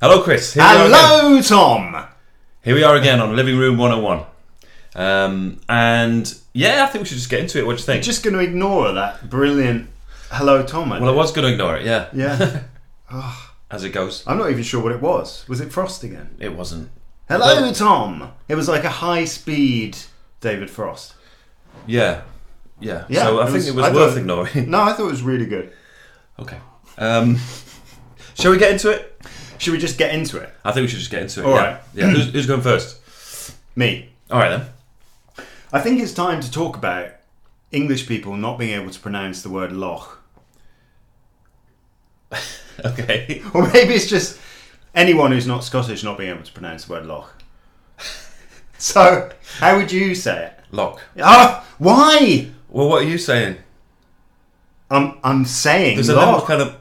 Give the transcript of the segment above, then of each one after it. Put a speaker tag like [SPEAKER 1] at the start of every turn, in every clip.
[SPEAKER 1] Hello, Chris. Here we are again.
[SPEAKER 2] Hello, Tom.
[SPEAKER 1] Here we are again on Living Room 101. Um, and yeah, I think we should just get into it. What do you think?
[SPEAKER 2] Just going to ignore that brilliant hello, Tom. I
[SPEAKER 1] well, I
[SPEAKER 2] did.
[SPEAKER 1] was going to ignore it, yeah.
[SPEAKER 2] yeah,
[SPEAKER 1] As it goes,
[SPEAKER 2] I'm not even sure what it was. Was it Frost again?
[SPEAKER 1] it wasn't.
[SPEAKER 2] Hello, Tom. It was like a high speed David Frost.
[SPEAKER 1] Yeah. Yeah.
[SPEAKER 2] Yeah,
[SPEAKER 1] so I
[SPEAKER 2] it
[SPEAKER 1] think
[SPEAKER 2] was-
[SPEAKER 1] it was
[SPEAKER 2] I
[SPEAKER 1] worth
[SPEAKER 2] thought-
[SPEAKER 1] ignoring.
[SPEAKER 2] No, I thought it was really good.
[SPEAKER 1] okay. Um, shall we get into it?
[SPEAKER 2] Should we just get into it?
[SPEAKER 1] I think we should just get into it.
[SPEAKER 2] All
[SPEAKER 1] yeah.
[SPEAKER 2] right.
[SPEAKER 1] Yeah. who's, who's going first?
[SPEAKER 2] Me.
[SPEAKER 1] All right then.
[SPEAKER 2] I think it's time to talk about English people not being able to pronounce the word loch.
[SPEAKER 1] Okay.
[SPEAKER 2] Or maybe it's just anyone who's not Scottish not being able to pronounce the word loch. So, how would you say it?
[SPEAKER 1] Lock.
[SPEAKER 2] Ah, why?
[SPEAKER 1] Well, what are you saying?
[SPEAKER 2] I'm I'm saying
[SPEAKER 1] There's a little
[SPEAKER 2] loch.
[SPEAKER 1] kind of.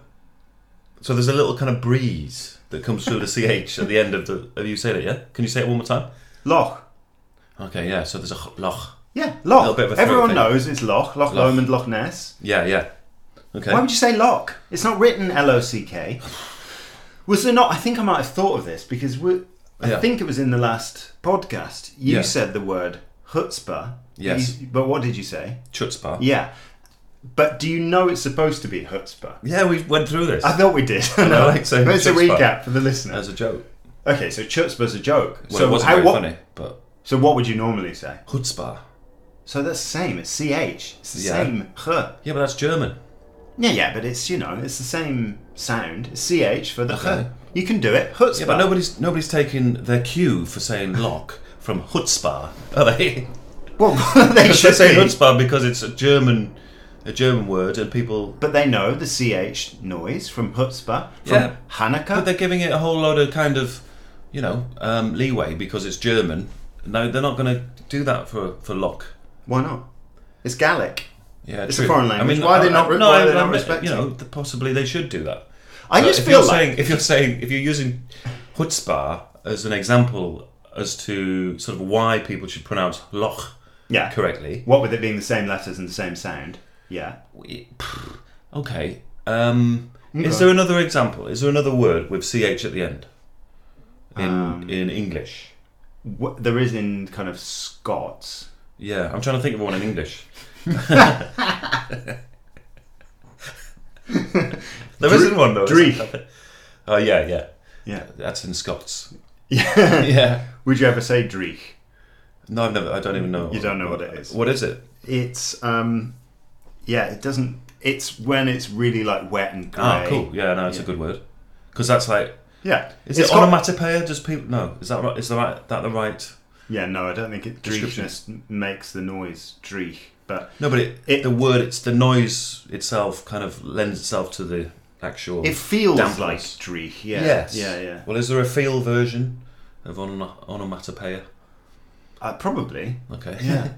[SPEAKER 1] So there's a little kind of breeze that comes through the ch at the end of the. Have you said it? Yeah. Can you say it one more time?
[SPEAKER 2] loch.
[SPEAKER 1] Okay. Yeah. So there's a h- loch.
[SPEAKER 2] Yeah,
[SPEAKER 1] Little
[SPEAKER 2] loch.
[SPEAKER 1] bit of a throat
[SPEAKER 2] Everyone
[SPEAKER 1] thing.
[SPEAKER 2] knows it's loch.
[SPEAKER 1] Loch.
[SPEAKER 2] Loch Lomond, Loch Ness.
[SPEAKER 1] Yeah. Yeah. Okay.
[SPEAKER 2] Why would you say lock? It's not written L O C K. Was there not? I think I might have thought of this because we, I
[SPEAKER 1] Yeah.
[SPEAKER 2] think it was in the last podcast. You
[SPEAKER 1] Yeah.
[SPEAKER 2] said the word chutzpah.
[SPEAKER 1] Yes.
[SPEAKER 2] You- but what did you say?
[SPEAKER 1] Chutzpah.
[SPEAKER 2] Yeah. But do you know it's supposed to be chutzpah?
[SPEAKER 1] Yeah. We went through this
[SPEAKER 2] I thought we did.
[SPEAKER 1] I like saying
[SPEAKER 2] But it's a
[SPEAKER 1] chutzpah.
[SPEAKER 2] recap for the listener.
[SPEAKER 1] as a joke.
[SPEAKER 2] Okay, so chutzpah's a joke.
[SPEAKER 1] Well,
[SPEAKER 2] so
[SPEAKER 1] it wasn't
[SPEAKER 2] how,
[SPEAKER 1] very
[SPEAKER 2] what,
[SPEAKER 1] funny, but
[SPEAKER 2] So what would you normally say?
[SPEAKER 1] chutzpah.
[SPEAKER 2] So that's the same. It's ch. It's the
[SPEAKER 1] Yeah.
[SPEAKER 2] same ch.
[SPEAKER 1] Yeah, but that's German.
[SPEAKER 2] Yeah, yeah, but it's you know it's the same sound. It's ch for the
[SPEAKER 1] Okay.
[SPEAKER 2] ch. You can do it.
[SPEAKER 1] Yeah,
[SPEAKER 2] Chutzpah.
[SPEAKER 1] but nobody's nobody's taking their cue for saying lock from chutzpah, are they?
[SPEAKER 2] Well, they
[SPEAKER 1] They
[SPEAKER 2] should
[SPEAKER 1] say
[SPEAKER 2] be.
[SPEAKER 1] chutzpah because it's a German, a German word, and people
[SPEAKER 2] But they know the ch noise from chutzpah, from
[SPEAKER 1] Yeah. But
[SPEAKER 2] Hanukkah.
[SPEAKER 1] they're giving it a whole load of kind of, you know, um, leeway because it's German. No, they're not going to do that for for Locke.
[SPEAKER 2] Why not? It's Gaelic.
[SPEAKER 1] Yeah,
[SPEAKER 2] It's a foreign language. Why are they not re-
[SPEAKER 1] no,
[SPEAKER 2] why are they not
[SPEAKER 1] I- I-
[SPEAKER 2] respecting
[SPEAKER 1] You know, th- possibly they should do that.
[SPEAKER 2] I
[SPEAKER 1] But
[SPEAKER 2] just
[SPEAKER 1] if
[SPEAKER 2] feel
[SPEAKER 1] you're
[SPEAKER 2] like
[SPEAKER 1] saying, if you're saying if you're using chutzpah as an example as to sort of why people should pronounce Loch
[SPEAKER 2] yeah,
[SPEAKER 1] correctly.
[SPEAKER 2] What with it being the same letters and the same sound? Yeah.
[SPEAKER 1] we- pff, Okay. Um,
[SPEAKER 2] Okay.
[SPEAKER 1] Is there another example? Is there another word with ch at the end in
[SPEAKER 2] Um.
[SPEAKER 1] in English?
[SPEAKER 2] What, there is in kind of Scots.
[SPEAKER 1] Yeah, I'm trying to think of one in English. There
[SPEAKER 2] Dre-
[SPEAKER 1] not one though. is
[SPEAKER 2] Dreek.
[SPEAKER 1] there? Oh yeah, yeah.
[SPEAKER 2] Yeah.
[SPEAKER 1] That's in Scots.
[SPEAKER 2] Yeah.
[SPEAKER 1] Yeah.
[SPEAKER 2] Would you ever say dreich?
[SPEAKER 1] No, I've never. I don't even know.
[SPEAKER 2] You don't know what it is.
[SPEAKER 1] What is it?
[SPEAKER 2] It's um, yeah. It doesn't. It's when it's really like wet and grey.
[SPEAKER 1] Ah, cool. Yeah, no, it's a good word. Because that's like,
[SPEAKER 2] Yeah.
[SPEAKER 1] is
[SPEAKER 2] It's
[SPEAKER 1] it
[SPEAKER 2] got-
[SPEAKER 1] onomatopoeia? Does people no? Is that right? Is the right that the right?
[SPEAKER 2] Yeah, no, I don't think it. Dreich
[SPEAKER 1] Description.
[SPEAKER 2] just makes the noise dreich, but
[SPEAKER 1] No, but it,
[SPEAKER 2] It-
[SPEAKER 1] the word it's the noise itself kind of lends itself to the actual.
[SPEAKER 2] it feels
[SPEAKER 1] Damn
[SPEAKER 2] like
[SPEAKER 1] place.
[SPEAKER 2] dreich. Yeah.
[SPEAKER 1] Yes.
[SPEAKER 2] Yeah, yeah.
[SPEAKER 1] Well, is there a feel version of onom- onomatopoeia?
[SPEAKER 2] Uh, probably.
[SPEAKER 1] Okay.
[SPEAKER 2] Yeah.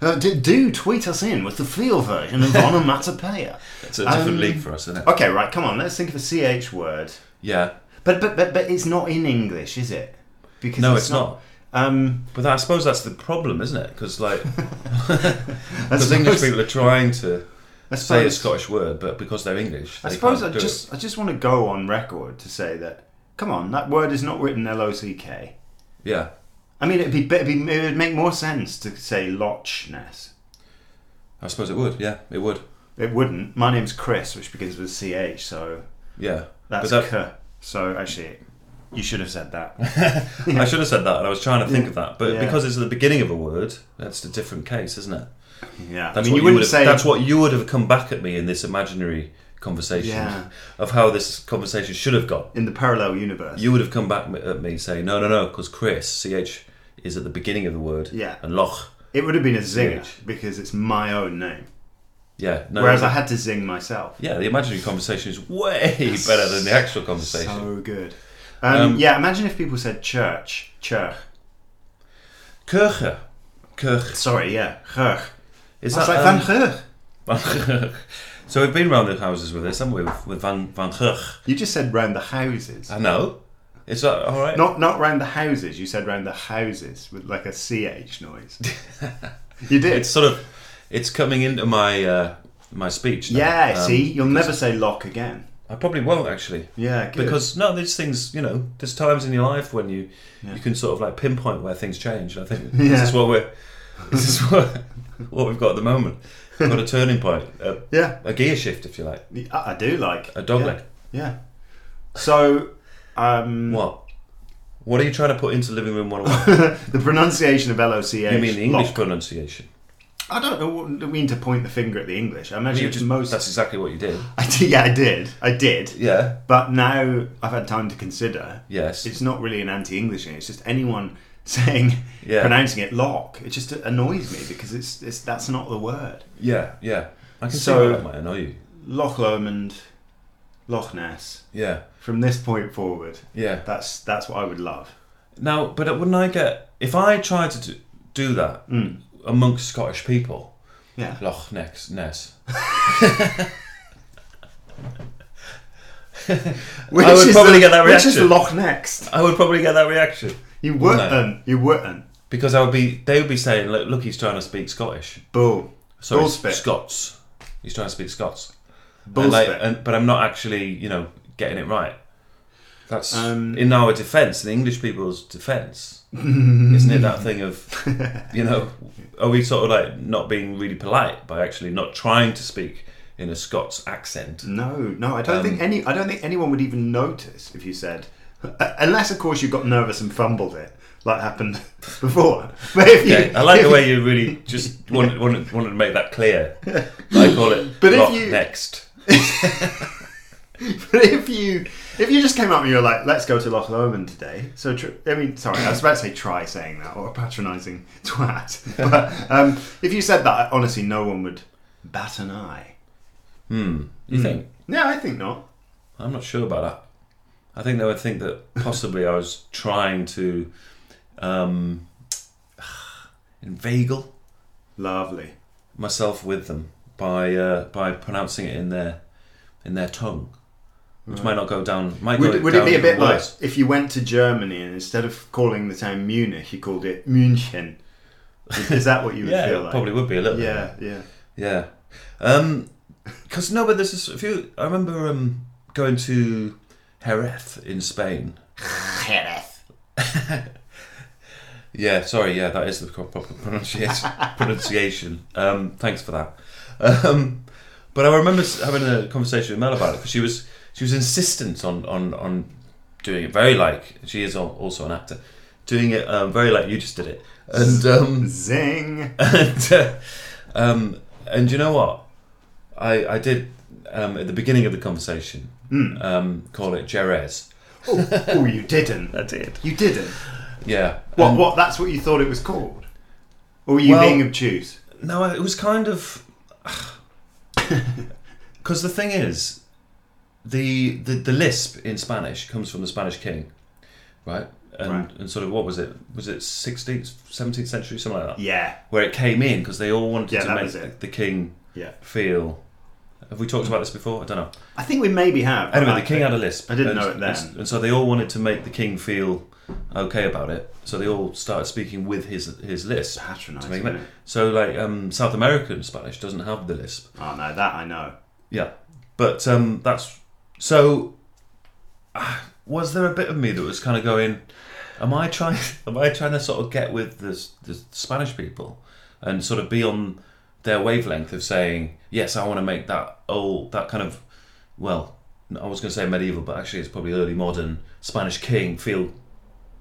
[SPEAKER 2] Uh, do, do tweet us in with the feel version of onomatopoeia.
[SPEAKER 1] It's a different
[SPEAKER 2] Um,
[SPEAKER 1] league for us, isn't it?
[SPEAKER 2] Okay, right, come on, let's think of a ch word.
[SPEAKER 1] Yeah.
[SPEAKER 2] But but but, but it's not in English, is it? Because
[SPEAKER 1] No, it's not.
[SPEAKER 2] Um,
[SPEAKER 1] But that, I suppose that's the problem, isn't it? Because like,
[SPEAKER 2] I
[SPEAKER 1] because
[SPEAKER 2] suppose,
[SPEAKER 1] English people are trying to say
[SPEAKER 2] I
[SPEAKER 1] a
[SPEAKER 2] suppose-
[SPEAKER 1] Scottish word, but because they're English,
[SPEAKER 2] I
[SPEAKER 1] they
[SPEAKER 2] suppose I
[SPEAKER 1] can't do
[SPEAKER 2] just I just want to go on record to say that. Come on, that word is not written L O C K.
[SPEAKER 1] it. Yeah.
[SPEAKER 2] I mean, it'd be, it'd be it would make more sense to say Loch Ness.
[SPEAKER 1] I suppose it would. Yeah, it would.
[SPEAKER 2] It wouldn't. My name's Chris, which begins with C H, so
[SPEAKER 1] Yeah.
[SPEAKER 2] that's
[SPEAKER 1] but that,
[SPEAKER 2] K. So actually, you should have said that.
[SPEAKER 1] I should have said that, and I was trying to think of that, but
[SPEAKER 2] Yeah.
[SPEAKER 1] because it's at the beginning of a word, that's a different case, isn't it?
[SPEAKER 2] Yeah,
[SPEAKER 1] That's
[SPEAKER 2] I mean,
[SPEAKER 1] what
[SPEAKER 2] you wouldn't
[SPEAKER 1] would have,
[SPEAKER 2] say
[SPEAKER 1] that's what you would have come back at me in this imaginary conversation
[SPEAKER 2] Yeah.
[SPEAKER 1] of how this conversation should have gone.
[SPEAKER 2] in the parallel universe.
[SPEAKER 1] You would have come back at me saying, "No, no, no," because Chris ch is at the beginning of the word.
[SPEAKER 2] Yeah.
[SPEAKER 1] And loch.
[SPEAKER 2] it would have been a zinger
[SPEAKER 1] Huge.
[SPEAKER 2] because it's my own name.
[SPEAKER 1] Yeah. No,
[SPEAKER 2] Whereas I had to zing myself.
[SPEAKER 1] Yeah, the imaginary conversation is way better than the actual conversation.
[SPEAKER 2] So good. Um,
[SPEAKER 1] Um,
[SPEAKER 2] yeah, imagine if people said church, church.
[SPEAKER 1] Kirche. Kirche.
[SPEAKER 2] Sorry, yeah, church.
[SPEAKER 1] Is
[SPEAKER 2] It's like
[SPEAKER 1] um,
[SPEAKER 2] Van Gogh.
[SPEAKER 1] Van Gogh. So we've been round the houses with this, haven't we? With, with Van, Van Gogh.
[SPEAKER 2] You just said round the houses.
[SPEAKER 1] I know. Is that all right?
[SPEAKER 2] Not not round the houses. You said round the houses with like a ch noise. you did.
[SPEAKER 1] It's sort of, it's coming into my uh, my speech. now.
[SPEAKER 2] yeah.
[SPEAKER 1] Um,
[SPEAKER 2] see, you'll never say lock again.
[SPEAKER 1] I probably won't actually.
[SPEAKER 2] Yeah, good.
[SPEAKER 1] Because no, there's things you know. There's times in your life when you
[SPEAKER 2] Yeah.
[SPEAKER 1] you can sort of like pinpoint where things change. And I think
[SPEAKER 2] Yeah.
[SPEAKER 1] this is what we're this is what what we've got at the moment. We've got a turning point, a,
[SPEAKER 2] yeah,
[SPEAKER 1] a gear shift, if you like,
[SPEAKER 2] I, I do like
[SPEAKER 1] a dog
[SPEAKER 2] yeah,
[SPEAKER 1] leg.
[SPEAKER 2] Yeah. So, um,
[SPEAKER 1] What? What are you trying to put into living room 101?
[SPEAKER 2] the pronunciation of LOCH.
[SPEAKER 1] you mean the English pronunciation?
[SPEAKER 2] I don't know. I don't mean to point the finger at the English. I imagine
[SPEAKER 1] You
[SPEAKER 2] it's
[SPEAKER 1] just-
[SPEAKER 2] most.
[SPEAKER 1] That's exactly what you did.
[SPEAKER 2] I did, yeah, I did. I did.
[SPEAKER 1] Yeah.
[SPEAKER 2] But now I've had time to consider.
[SPEAKER 1] Yes.
[SPEAKER 2] It's not really an anti-English thing. It's just anyone saying
[SPEAKER 1] Yeah.
[SPEAKER 2] pronouncing it lock. It just annoys me because it's, it's that's not the word.
[SPEAKER 1] yeah. Yeah. I can see
[SPEAKER 2] So-
[SPEAKER 1] why that might annoy you.
[SPEAKER 2] Loch Lomond, Loch Ness.
[SPEAKER 1] Yeah.
[SPEAKER 2] From this point forward,
[SPEAKER 1] Yeah.
[SPEAKER 2] that's that's what I would love.
[SPEAKER 1] Now, but wouldn't I get if I tried to do, do that
[SPEAKER 2] Mm.
[SPEAKER 1] amongst Scottish people?
[SPEAKER 2] Yeah.
[SPEAKER 1] Loch Ness, Ness.
[SPEAKER 2] Which
[SPEAKER 1] would
[SPEAKER 2] is
[SPEAKER 1] probably
[SPEAKER 2] the,
[SPEAKER 1] get that
[SPEAKER 2] Which is
[SPEAKER 1] reaction.
[SPEAKER 2] Loch next?
[SPEAKER 1] I would probably get that reaction
[SPEAKER 2] You
[SPEAKER 1] Wouldn't
[SPEAKER 2] wouldn't. You wouldn't.
[SPEAKER 1] because I would be. They would be saying, "Look, look he's trying to speak Scottish."
[SPEAKER 2] Bull.
[SPEAKER 1] Sorry,
[SPEAKER 2] Bullspit.
[SPEAKER 1] Scots. He's trying to speak Scots.
[SPEAKER 2] Bullspit.
[SPEAKER 1] And like- and- but I'm not actually, you know, getting it right. That's
[SPEAKER 2] Um,
[SPEAKER 1] in our defence, in English people's defence, isn't it? That thing of, you know, are we sort of like not being really polite by actually not trying to speak in a Scots accent?
[SPEAKER 2] No, no, I don't
[SPEAKER 1] Um,
[SPEAKER 2] think any. I don't think anyone would even notice if you said, uh, unless of course you got nervous and fumbled it, like happened before. But if you,
[SPEAKER 1] Okay, I like the way you really just wanted, wanted, wanted to make that clear. I call it
[SPEAKER 2] But if
[SPEAKER 1] "Lock
[SPEAKER 2] you-
[SPEAKER 1] next.
[SPEAKER 2] But if you if you just came up and you were like, let's go to Loch Lomond today. So tr- I mean, sorry, I was about to say try saying that or a patronising twat. But um, if you said that, honestly, no one would bat an eye.
[SPEAKER 1] Hmm. You think?
[SPEAKER 2] No, I think not.
[SPEAKER 1] I'm not sure about that. I think they would think that possibly I was trying to um, inveigle
[SPEAKER 2] Lovely.
[SPEAKER 1] myself with them by uh, by pronouncing it in their in their tongue, which might not go down. Might go
[SPEAKER 2] Would, would it
[SPEAKER 1] down
[SPEAKER 2] be a
[SPEAKER 1] even
[SPEAKER 2] bit like
[SPEAKER 1] worse.
[SPEAKER 2] if you went to Germany and instead of calling the town Munich, you called it München? Is that what you would
[SPEAKER 1] Yeah,
[SPEAKER 2] feel
[SPEAKER 1] it
[SPEAKER 2] like?
[SPEAKER 1] probably would be a little. bit.
[SPEAKER 2] Yeah, yeah.
[SPEAKER 1] Yeah. Um 'cause because no, but there's a few. I remember um, going to Jerez in Spain. Yeah, sorry. Yeah, that is the co- proper pronunciation. pronunciation. Um, thanks for that. Um, but I remember s- having a conversation with Mel about it because she was she was insistent on on on doing it very like she is al- also an actor, doing it um, very like you just did it, and um,
[SPEAKER 2] Zing.
[SPEAKER 1] and uh, um, and you know what, I I did um, at the beginning of the conversation
[SPEAKER 2] Mm.
[SPEAKER 1] um, call it Jerez.
[SPEAKER 2] Oh, oh, you didn't.
[SPEAKER 1] I did.
[SPEAKER 2] You didn't.
[SPEAKER 1] Yeah.
[SPEAKER 2] What?
[SPEAKER 1] and-
[SPEAKER 2] what? That's what you thought it was called? Or were you
[SPEAKER 1] Well-
[SPEAKER 2] being obtuse?
[SPEAKER 1] No, I- it was kind of because the thing is, the, the the lisp in Spanish comes from the Spanish king, right? And
[SPEAKER 2] Right.
[SPEAKER 1] and sort of what was it? Was it sixteenth, seventeenth century, something like that?
[SPEAKER 2] Yeah.
[SPEAKER 1] Where it came in because they all wanted
[SPEAKER 2] Yeah,
[SPEAKER 1] to
[SPEAKER 2] that
[SPEAKER 1] make
[SPEAKER 2] was
[SPEAKER 1] the,
[SPEAKER 2] it.
[SPEAKER 1] the king
[SPEAKER 2] Yeah.
[SPEAKER 1] feel. Have we talked about this before? I don't know.
[SPEAKER 2] I think we maybe have. but
[SPEAKER 1] Anyway,
[SPEAKER 2] Oh, I
[SPEAKER 1] the king
[SPEAKER 2] think-
[SPEAKER 1] had a lisp.
[SPEAKER 2] I didn't
[SPEAKER 1] and,
[SPEAKER 2] know it then.
[SPEAKER 1] And, so they all wanted to make the king feel okay about it. So they all started speaking with his his lisp.
[SPEAKER 2] Patronising.
[SPEAKER 1] To make
[SPEAKER 2] isn't
[SPEAKER 1] that.
[SPEAKER 2] it?
[SPEAKER 1] So like um, South American Spanish doesn't have the lisp.
[SPEAKER 2] Oh no, that I know.
[SPEAKER 1] Yeah, but um, that's so. ah, Was there a bit of me that was kind of going, "Am I trying? Am I trying to sort of get with the s- the Spanish people and sort of be on their wavelength of saying, yes, I want to make that old that kind of well, I was going to say medieval, but actually it's probably early modern Spanish king feel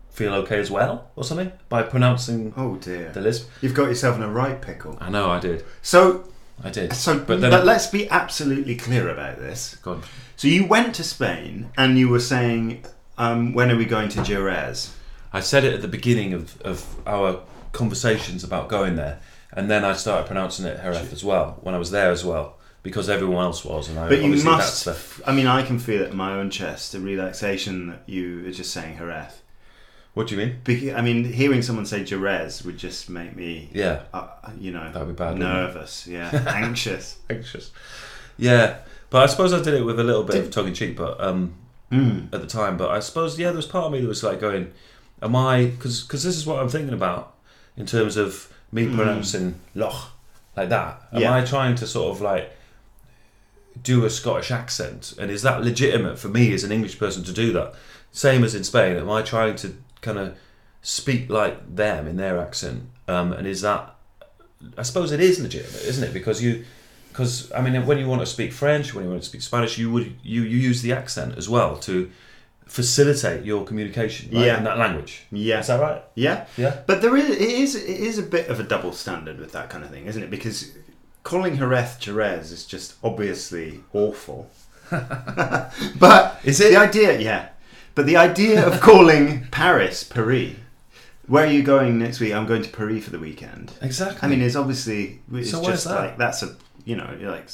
[SPEAKER 1] feel okay as well or something by pronouncing
[SPEAKER 2] Oh dear.
[SPEAKER 1] the lisp."
[SPEAKER 2] You've got yourself in a right pickle.
[SPEAKER 1] I know, I did,
[SPEAKER 2] So,
[SPEAKER 1] I did.
[SPEAKER 2] so,
[SPEAKER 1] but then
[SPEAKER 2] but let's be absolutely clear about this.
[SPEAKER 1] God,
[SPEAKER 2] So you went to Spain and you were saying, um, when are we going to Jerez?
[SPEAKER 1] I said it at the beginning of, of our conversations about going there, and then I started pronouncing it Heref as well when I was there as well because everyone else was, and I,
[SPEAKER 2] But you
[SPEAKER 1] obviously
[SPEAKER 2] must.
[SPEAKER 1] that's the
[SPEAKER 2] I mean, I can feel it in my own chest, the relaxation that you are just saying Jerez.
[SPEAKER 1] what do you mean?
[SPEAKER 2] Because, I mean, hearing someone say Jerez would just make me,
[SPEAKER 1] Yeah,
[SPEAKER 2] uh, you know,
[SPEAKER 1] That'd be bad, wouldn't it?
[SPEAKER 2] nervous, yeah, anxious.
[SPEAKER 1] anxious. Yeah, but I suppose I did it with a little bit of tongue in cheek, but um,
[SPEAKER 2] Mm.
[SPEAKER 1] at the time. But I suppose yeah, there was part of me that was like going, "Am I?" Because this is what I'm thinking about in terms of me pronouncing Loch like that. Am
[SPEAKER 2] Yeah.
[SPEAKER 1] I trying to sort of like do a Scottish accent, and is that legitimate for me as an English person to do that? Same as in Spain, am I trying to kind of speak like them in their accent? Um, and is that? I suppose it is legitimate, isn't it? Because you, because I mean, when you want to speak French, when you want to speak Spanish, you would you, you use the accent as well to facilitate your communication right,
[SPEAKER 2] Yeah.
[SPEAKER 1] in that language.
[SPEAKER 2] Yeah.
[SPEAKER 1] Is that right?
[SPEAKER 2] Yeah.
[SPEAKER 1] Yeah.
[SPEAKER 2] But there is it is it is a bit of a double standard with that kind of thing, isn't it? Because calling Jerez Jerez is just obviously awful. but
[SPEAKER 1] Is it?
[SPEAKER 2] the idea? Yeah. But the idea of calling Paris Paris. Where are you going next week? I'm going to Paris for the weekend.
[SPEAKER 1] Exactly.
[SPEAKER 2] I mean, it's obviously it's
[SPEAKER 1] So where's
[SPEAKER 2] just
[SPEAKER 1] that?
[SPEAKER 2] like that's a you know like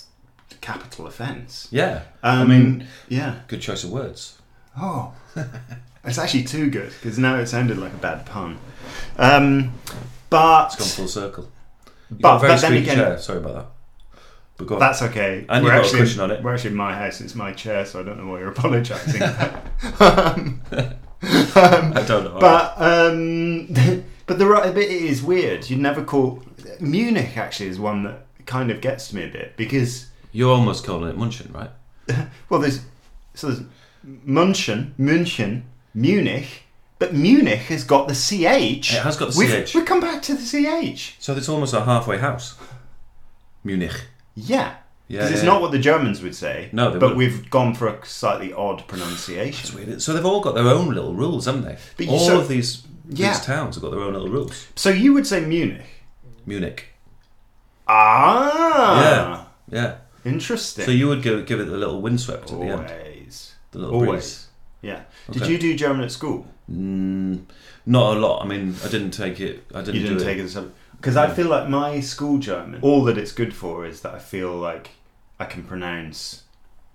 [SPEAKER 2] capital offence.
[SPEAKER 1] yeah.
[SPEAKER 2] Um,
[SPEAKER 1] I mean,
[SPEAKER 2] yeah.
[SPEAKER 1] good choice of words.
[SPEAKER 2] Oh, it's actually too good because now it sounded like a bad pun. Um, but
[SPEAKER 1] It's gone full circle. You
[SPEAKER 2] But-
[SPEAKER 1] got a very
[SPEAKER 2] but then
[SPEAKER 1] squeaky
[SPEAKER 2] again-
[SPEAKER 1] chair. Sorry about that. But go on.
[SPEAKER 2] that's okay.
[SPEAKER 1] And you've got a cushion on it.
[SPEAKER 2] We're actually in my house. It's my chair, so I don't know why you're apologising. um, um,
[SPEAKER 1] I don't know.
[SPEAKER 2] but um, but the right bit is weird. You'd never call Munich. Actually, is one that kind of gets to me a bit because
[SPEAKER 1] You're almost calling it Munchen, right?
[SPEAKER 2] Well, there's so there's München, München, Munich, but Munich has got the ch.
[SPEAKER 1] It has got the
[SPEAKER 2] We've-
[SPEAKER 1] CH.
[SPEAKER 2] We come back to the ch.
[SPEAKER 1] So it's almost a halfway house. Munich.
[SPEAKER 2] Yeah,
[SPEAKER 1] Yeah.
[SPEAKER 2] because it's
[SPEAKER 1] yeah.
[SPEAKER 2] not what the Germans would say.
[SPEAKER 1] No, they wouldn't.
[SPEAKER 2] but we've gone for a slightly odd pronunciation.
[SPEAKER 1] It's weird. So they've all got their own little rules, haven't they?
[SPEAKER 2] But you-
[SPEAKER 1] all
[SPEAKER 2] so-
[SPEAKER 1] of these
[SPEAKER 2] Yeah.
[SPEAKER 1] these towns have got their own little rules.
[SPEAKER 2] So you would say Munich.
[SPEAKER 1] Munich.
[SPEAKER 2] Ah,
[SPEAKER 1] Yeah.
[SPEAKER 2] yeah. Interesting.
[SPEAKER 1] So you would give, give it the little windswept at the end.
[SPEAKER 2] always,
[SPEAKER 1] The little breeze.
[SPEAKER 2] always. Yeah. Did
[SPEAKER 1] Okay.
[SPEAKER 2] you do German at school?
[SPEAKER 1] Mm, not a lot. I mean, I didn't take it. I didn't,
[SPEAKER 2] you didn't
[SPEAKER 1] do
[SPEAKER 2] take
[SPEAKER 1] it.
[SPEAKER 2] it as a because
[SPEAKER 1] No.
[SPEAKER 2] I feel like my school German. All that it's good for is that I feel like I can pronounce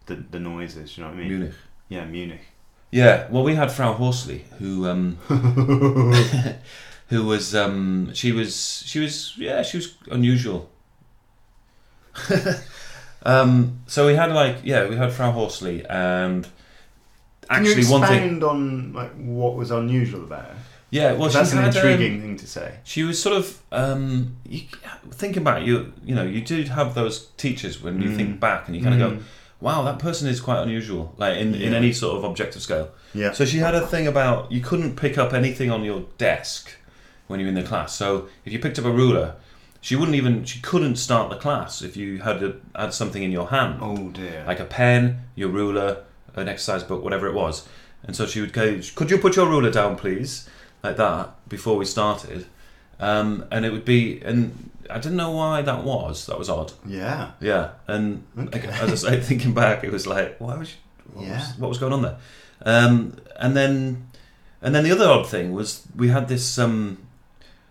[SPEAKER 2] the the noises. You know what I mean?
[SPEAKER 1] Munich.
[SPEAKER 2] Yeah, Munich.
[SPEAKER 1] Yeah. Well, we had Frau Horsley, who um, who was um, she was she was yeah she was unusual. um, so we had like yeah we had Frau Horsley and
[SPEAKER 2] Can you
[SPEAKER 1] actually one thing
[SPEAKER 2] expand on like what was unusual about it?
[SPEAKER 1] yeah well she
[SPEAKER 2] that's an
[SPEAKER 1] had, um,
[SPEAKER 2] intriguing thing to say.
[SPEAKER 1] she was sort of um, you, thinking about it, you you know you do have those teachers when you
[SPEAKER 2] Mm.
[SPEAKER 1] think back and you kind of
[SPEAKER 2] Mm.
[SPEAKER 1] go wow that person is quite unusual like in, in
[SPEAKER 2] Yeah.
[SPEAKER 1] any sort of objective scale.
[SPEAKER 2] Yeah.
[SPEAKER 1] So she had a thing about you couldn't pick up anything on your desk when you're in the class. So if you picked up a ruler, she wouldn't even she couldn't start the class if you had a, had something in your hand,
[SPEAKER 2] oh dear.
[SPEAKER 1] like a pen, your ruler, an exercise book, whatever it was. And so she would go, "Could you put your ruler down, please?" Like that before we started, um, and it would be and. I didn't know why that was. That was odd.
[SPEAKER 2] yeah.
[SPEAKER 1] Yeah, and like,
[SPEAKER 2] Okay.
[SPEAKER 1] as I say, thinking back, it was like, why was she, what,
[SPEAKER 2] Yeah.
[SPEAKER 1] was, what was going on there? Um, and then, and then the other odd thing was we had this um,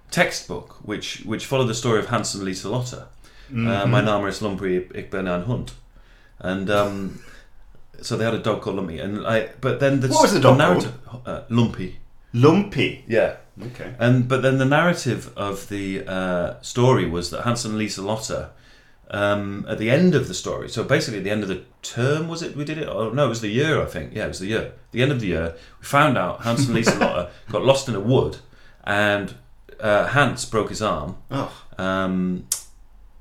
[SPEAKER 1] textbook which which followed the story of Hans and Lieselotte. Uh,
[SPEAKER 2] Mhm.
[SPEAKER 1] my name is Lumpy. Ich bin ein Hund, and um, so they had a dog called Lumpy. And like, but then the
[SPEAKER 2] What was the dog
[SPEAKER 1] uh, Lumpy.
[SPEAKER 2] Lumpy.
[SPEAKER 1] Yeah,
[SPEAKER 2] Okay.
[SPEAKER 1] and but then the narrative of the uh, story was that Hans and Lisa Lotta, um, at the end of the story, so basically at the end of the term, was it we did it? Oh no, it was the year I think. Yeah, it was the year. The end of the year, we found out Hans and Lisa Lotta got lost in a wood, and uh, Hans broke his arm.
[SPEAKER 2] Oh.
[SPEAKER 1] Um,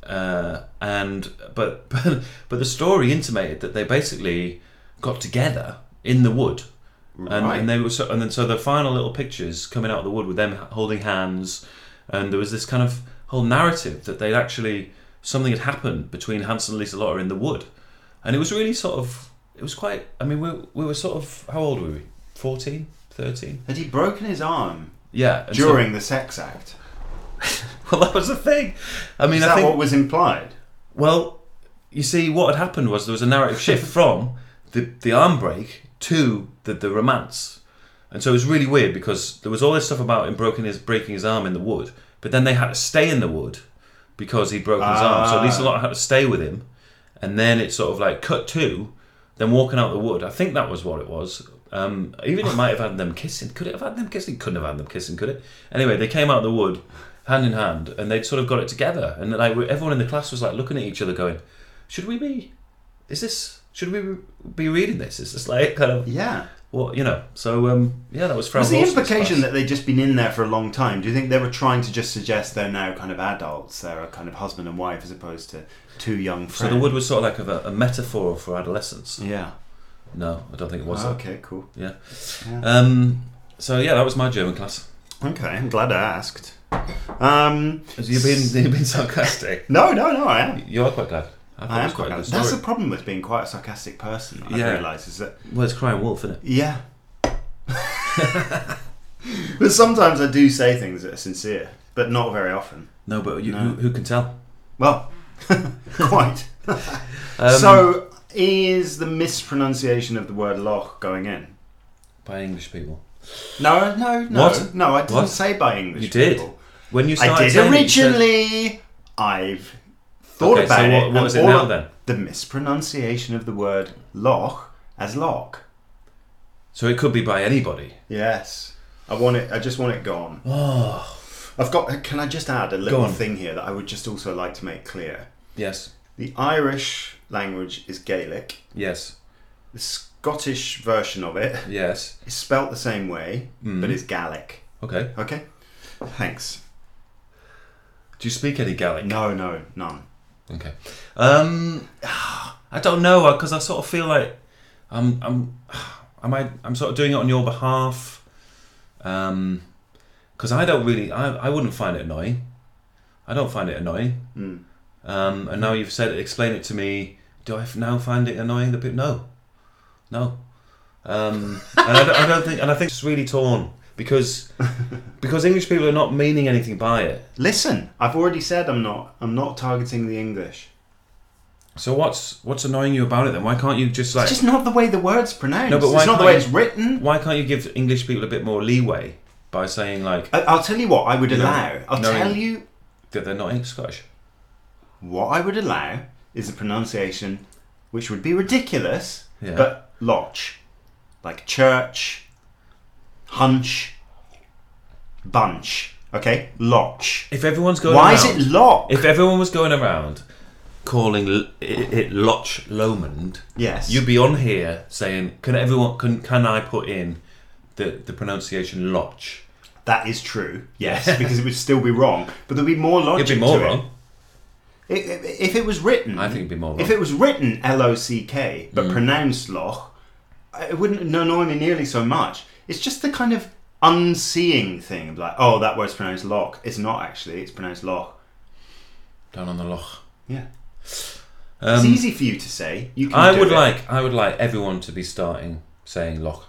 [SPEAKER 1] uh, and but, but but the story intimated that they basically got together in the wood and,
[SPEAKER 2] right.
[SPEAKER 1] and they were so, and then so the final little pictures coming out of the wood with them holding hands and there was this kind of whole narrative that they'd actually something had happened between Hans and Lisa Lotter in the wood and it was really sort of it was quite I mean we, we were sort of how old were we 14 13
[SPEAKER 2] Had he broken his arm
[SPEAKER 1] yeah and so-
[SPEAKER 2] during the sex act?
[SPEAKER 1] well that was the thing I mean
[SPEAKER 2] Is
[SPEAKER 1] I
[SPEAKER 2] that
[SPEAKER 1] think
[SPEAKER 2] what was implied?
[SPEAKER 1] Well, you see, what had happened was there was a narrative shift from the, the arm break to the, the romance. And so it was really weird because there was all this stuff about him broken his, breaking his arm in the wood, but then they had to stay in the wood because he'd broken his arm. So
[SPEAKER 2] Ah.
[SPEAKER 1] Lisa Lotte had to stay with him. And then it sort of like cut to them walking out the wood. I think that was what it was. Um, even it might have had them kissing. Could it have had them kissing? Couldn't have had them kissing, could it? Anyway, they came out of the wood hand in hand, and they'd sort of got it together. And like everyone in the class was like looking at each other, going, "Should we be? Is this? Should we be reading this? Is this like kind of?"
[SPEAKER 2] Yeah.
[SPEAKER 1] Well, you know, so um, yeah, that was Fran
[SPEAKER 2] Was the
[SPEAKER 1] Wilson's
[SPEAKER 2] implication
[SPEAKER 1] class.
[SPEAKER 2] that they'd just been in there for a long time? Do you think they were trying to just suggest they're now kind of adults? They're a kind of husband and wife as opposed to two young
[SPEAKER 1] so
[SPEAKER 2] friends?
[SPEAKER 1] the wood was sort of like a, a metaphor for adolescence.
[SPEAKER 2] Yeah.
[SPEAKER 1] No, I don't think it was.
[SPEAKER 2] Oh,
[SPEAKER 1] that.
[SPEAKER 2] okay, cool.
[SPEAKER 1] Yeah.
[SPEAKER 2] Yeah.
[SPEAKER 1] Um, so yeah, that was my German class.
[SPEAKER 2] Okay, I'm glad I asked. Um,
[SPEAKER 1] You've been you've been sarcastic.
[SPEAKER 2] no, no, no, I am.
[SPEAKER 1] You are quite glad. I, thought
[SPEAKER 2] I
[SPEAKER 1] it
[SPEAKER 2] am
[SPEAKER 1] was
[SPEAKER 2] quite
[SPEAKER 1] quite a
[SPEAKER 2] glad.
[SPEAKER 1] good
[SPEAKER 2] That's the
[SPEAKER 1] story.
[SPEAKER 2] problem with being quite a sarcastic person, I
[SPEAKER 1] Yeah.
[SPEAKER 2] realise, is that
[SPEAKER 1] Well, it's crying wolf, isn't it?
[SPEAKER 2] Yeah. but sometimes I do say things that are sincere, but not very often.
[SPEAKER 1] No, but you,
[SPEAKER 2] No.
[SPEAKER 1] Who, who can tell?
[SPEAKER 2] Well, quite.
[SPEAKER 1] Um,
[SPEAKER 2] so, is the mispronunciation of the word loch going in?
[SPEAKER 1] by English people,
[SPEAKER 2] No, no, no.
[SPEAKER 1] What?
[SPEAKER 2] No, I didn't
[SPEAKER 1] What?
[SPEAKER 2] say by English.
[SPEAKER 1] You did.
[SPEAKER 2] people.
[SPEAKER 1] when you started
[SPEAKER 2] I did
[SPEAKER 1] saying it, you said-
[SPEAKER 2] originally. I've thought
[SPEAKER 1] Okay, so what-
[SPEAKER 2] about it.
[SPEAKER 1] what
[SPEAKER 2] and
[SPEAKER 1] is it
[SPEAKER 2] all
[SPEAKER 1] now
[SPEAKER 2] of-
[SPEAKER 1] then?
[SPEAKER 2] The mispronunciation of the word loch as lock.
[SPEAKER 1] so it could be by anybody.
[SPEAKER 2] Yes. I want it. I just want it gone.
[SPEAKER 1] Oh
[SPEAKER 2] I've got. Can I just add a little
[SPEAKER 1] on.
[SPEAKER 2] thing here that I would just also like to make clear?
[SPEAKER 1] yes,
[SPEAKER 2] The Irish language is Gaelic.
[SPEAKER 1] yes,
[SPEAKER 2] The Scottish version of it
[SPEAKER 1] yes.
[SPEAKER 2] is spelt the same way,
[SPEAKER 1] Mm.
[SPEAKER 2] but is Gaelic.
[SPEAKER 1] Okay.
[SPEAKER 2] Okay. Thanks.
[SPEAKER 1] Do you speak any Gaelic?
[SPEAKER 2] No, no, none.
[SPEAKER 1] Okay. Um, I don't know because I sort of feel like I'm I'm am I I'm sort of doing it on your behalf. Um, because I don't really I I wouldn't find it annoying. I don't find it annoying.
[SPEAKER 2] Mm.
[SPEAKER 1] Um, and now you've said it, explain it to me. Do I f- now find it annoying? The people no, no. Um, and I don't, I don't think and I think it's really torn because because English people are not meaning anything by it.
[SPEAKER 2] Listen, I've already said I'm not. I'm not targeting the English.
[SPEAKER 1] So what's what's annoying you about it then? Why can't you just like
[SPEAKER 2] It's just not the way the word's pronounced.
[SPEAKER 1] No, but why
[SPEAKER 2] it's not the
[SPEAKER 1] can't
[SPEAKER 2] way
[SPEAKER 1] you-
[SPEAKER 2] it's written.
[SPEAKER 1] why can't you give English people a bit more leeway by saying like
[SPEAKER 2] I, I'll tell you what I would
[SPEAKER 1] No.
[SPEAKER 2] allow. I'll
[SPEAKER 1] No.
[SPEAKER 2] tell you
[SPEAKER 1] that they're not Scottish?
[SPEAKER 2] what I would allow is a pronunciation which would be ridiculous,
[SPEAKER 1] Yeah.
[SPEAKER 2] but lodge. Like church, hunch, bunch. Okay? Lodge.
[SPEAKER 1] If everyone's going,
[SPEAKER 2] Why is
[SPEAKER 1] around,
[SPEAKER 2] it lock?
[SPEAKER 1] If everyone was going around calling l- it, it Loch Lomond,
[SPEAKER 2] yes.
[SPEAKER 1] you'd be on here saying, "Can everyone? Can can I put in the the pronunciation Loch?"
[SPEAKER 2] that is true. Yes, because it would still be wrong. But there'd be more logic.
[SPEAKER 1] It'd be more
[SPEAKER 2] to it.
[SPEAKER 1] wrong.
[SPEAKER 2] I- i- If it was written.
[SPEAKER 1] I think it'd be more wrong. Mm.
[SPEAKER 2] If it was written L O C K, but pronounced loch, it wouldn't annoy me nearly so much. It's just the kind of unseeing thing of like, oh, that word's pronounced loch. It's not actually, it's pronounced loch.
[SPEAKER 1] Down on the Loch.
[SPEAKER 2] Yeah. it's
[SPEAKER 1] Um,
[SPEAKER 2] easy for you to say. You can
[SPEAKER 1] I
[SPEAKER 2] do
[SPEAKER 1] would
[SPEAKER 2] it.
[SPEAKER 1] like I would like everyone to be starting saying Loch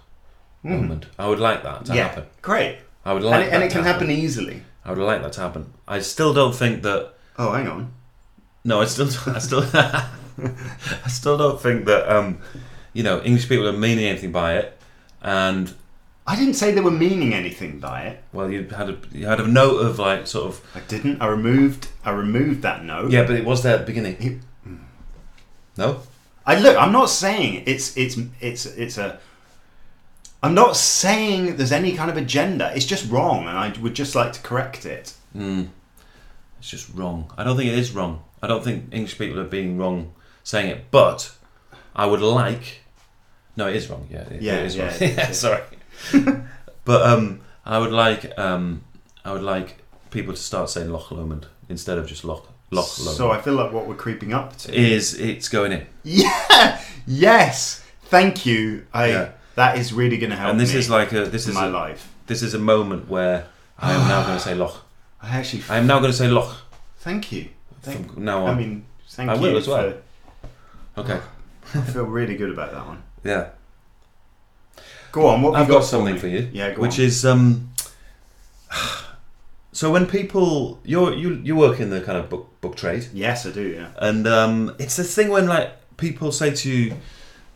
[SPEAKER 1] Lomond. I would like that to
[SPEAKER 2] Hmm. Yeah.
[SPEAKER 1] happen.
[SPEAKER 2] Great.
[SPEAKER 1] I would like
[SPEAKER 2] and it,
[SPEAKER 1] that
[SPEAKER 2] and it
[SPEAKER 1] to
[SPEAKER 2] can happen easily.
[SPEAKER 1] I would like that to happen. I still don't think that.
[SPEAKER 2] Oh, hang on.
[SPEAKER 1] No, I still, I still, I still don't think that um, you know English people are meaning anything by it. And
[SPEAKER 2] I didn't say they were meaning anything by it.
[SPEAKER 1] well, you had a you had a note of like sort of
[SPEAKER 2] I didn't. I removed. I removed that note.
[SPEAKER 1] yeah, but it was there at the beginning.
[SPEAKER 2] He-
[SPEAKER 1] No,
[SPEAKER 2] I look. I'm not saying it's it's it's it's a. I'm not saying there's any kind of agenda. It's just wrong, and I would just like to correct it.
[SPEAKER 1] it's just wrong. I don't think it is wrong. I don't think English people are being wrong saying it. But I would like. No, it is wrong. Yeah, it,
[SPEAKER 2] Yeah,
[SPEAKER 1] it is
[SPEAKER 2] yeah,
[SPEAKER 1] wrong.
[SPEAKER 2] it is,
[SPEAKER 1] yeah,
[SPEAKER 2] yeah.
[SPEAKER 1] sorry. but um, I would like um, I would like people to start saying Loch Lomond instead of just Loch Loch Lomond.
[SPEAKER 2] So I feel like what we're creeping up to.
[SPEAKER 1] is it's going in.
[SPEAKER 2] Yeah. Yes. Thank you. I.
[SPEAKER 1] Yeah.
[SPEAKER 2] That is really going to help.
[SPEAKER 1] and this
[SPEAKER 2] me
[SPEAKER 1] is like a this
[SPEAKER 2] in
[SPEAKER 1] is
[SPEAKER 2] my
[SPEAKER 1] a,
[SPEAKER 2] life.
[SPEAKER 1] this is a moment where I am now going to say Loch.
[SPEAKER 2] I actually.
[SPEAKER 1] I am now going to say Loch
[SPEAKER 2] Thank you. Thank.
[SPEAKER 1] from now
[SPEAKER 2] I
[SPEAKER 1] on.
[SPEAKER 2] mean, thank
[SPEAKER 1] I
[SPEAKER 2] you.
[SPEAKER 1] will as well.
[SPEAKER 2] for-
[SPEAKER 1] okay,
[SPEAKER 2] I feel really good about that one.
[SPEAKER 1] yeah.
[SPEAKER 2] Go on. What have
[SPEAKER 1] I've
[SPEAKER 2] you got,
[SPEAKER 1] got something
[SPEAKER 2] me?
[SPEAKER 1] for you.
[SPEAKER 2] Yeah. Go
[SPEAKER 1] which
[SPEAKER 2] on.
[SPEAKER 1] is um. So when people you you you work in the kind of book book trade,
[SPEAKER 2] Yes, I do. Yeah.
[SPEAKER 1] and um, it's this thing when like people say to you,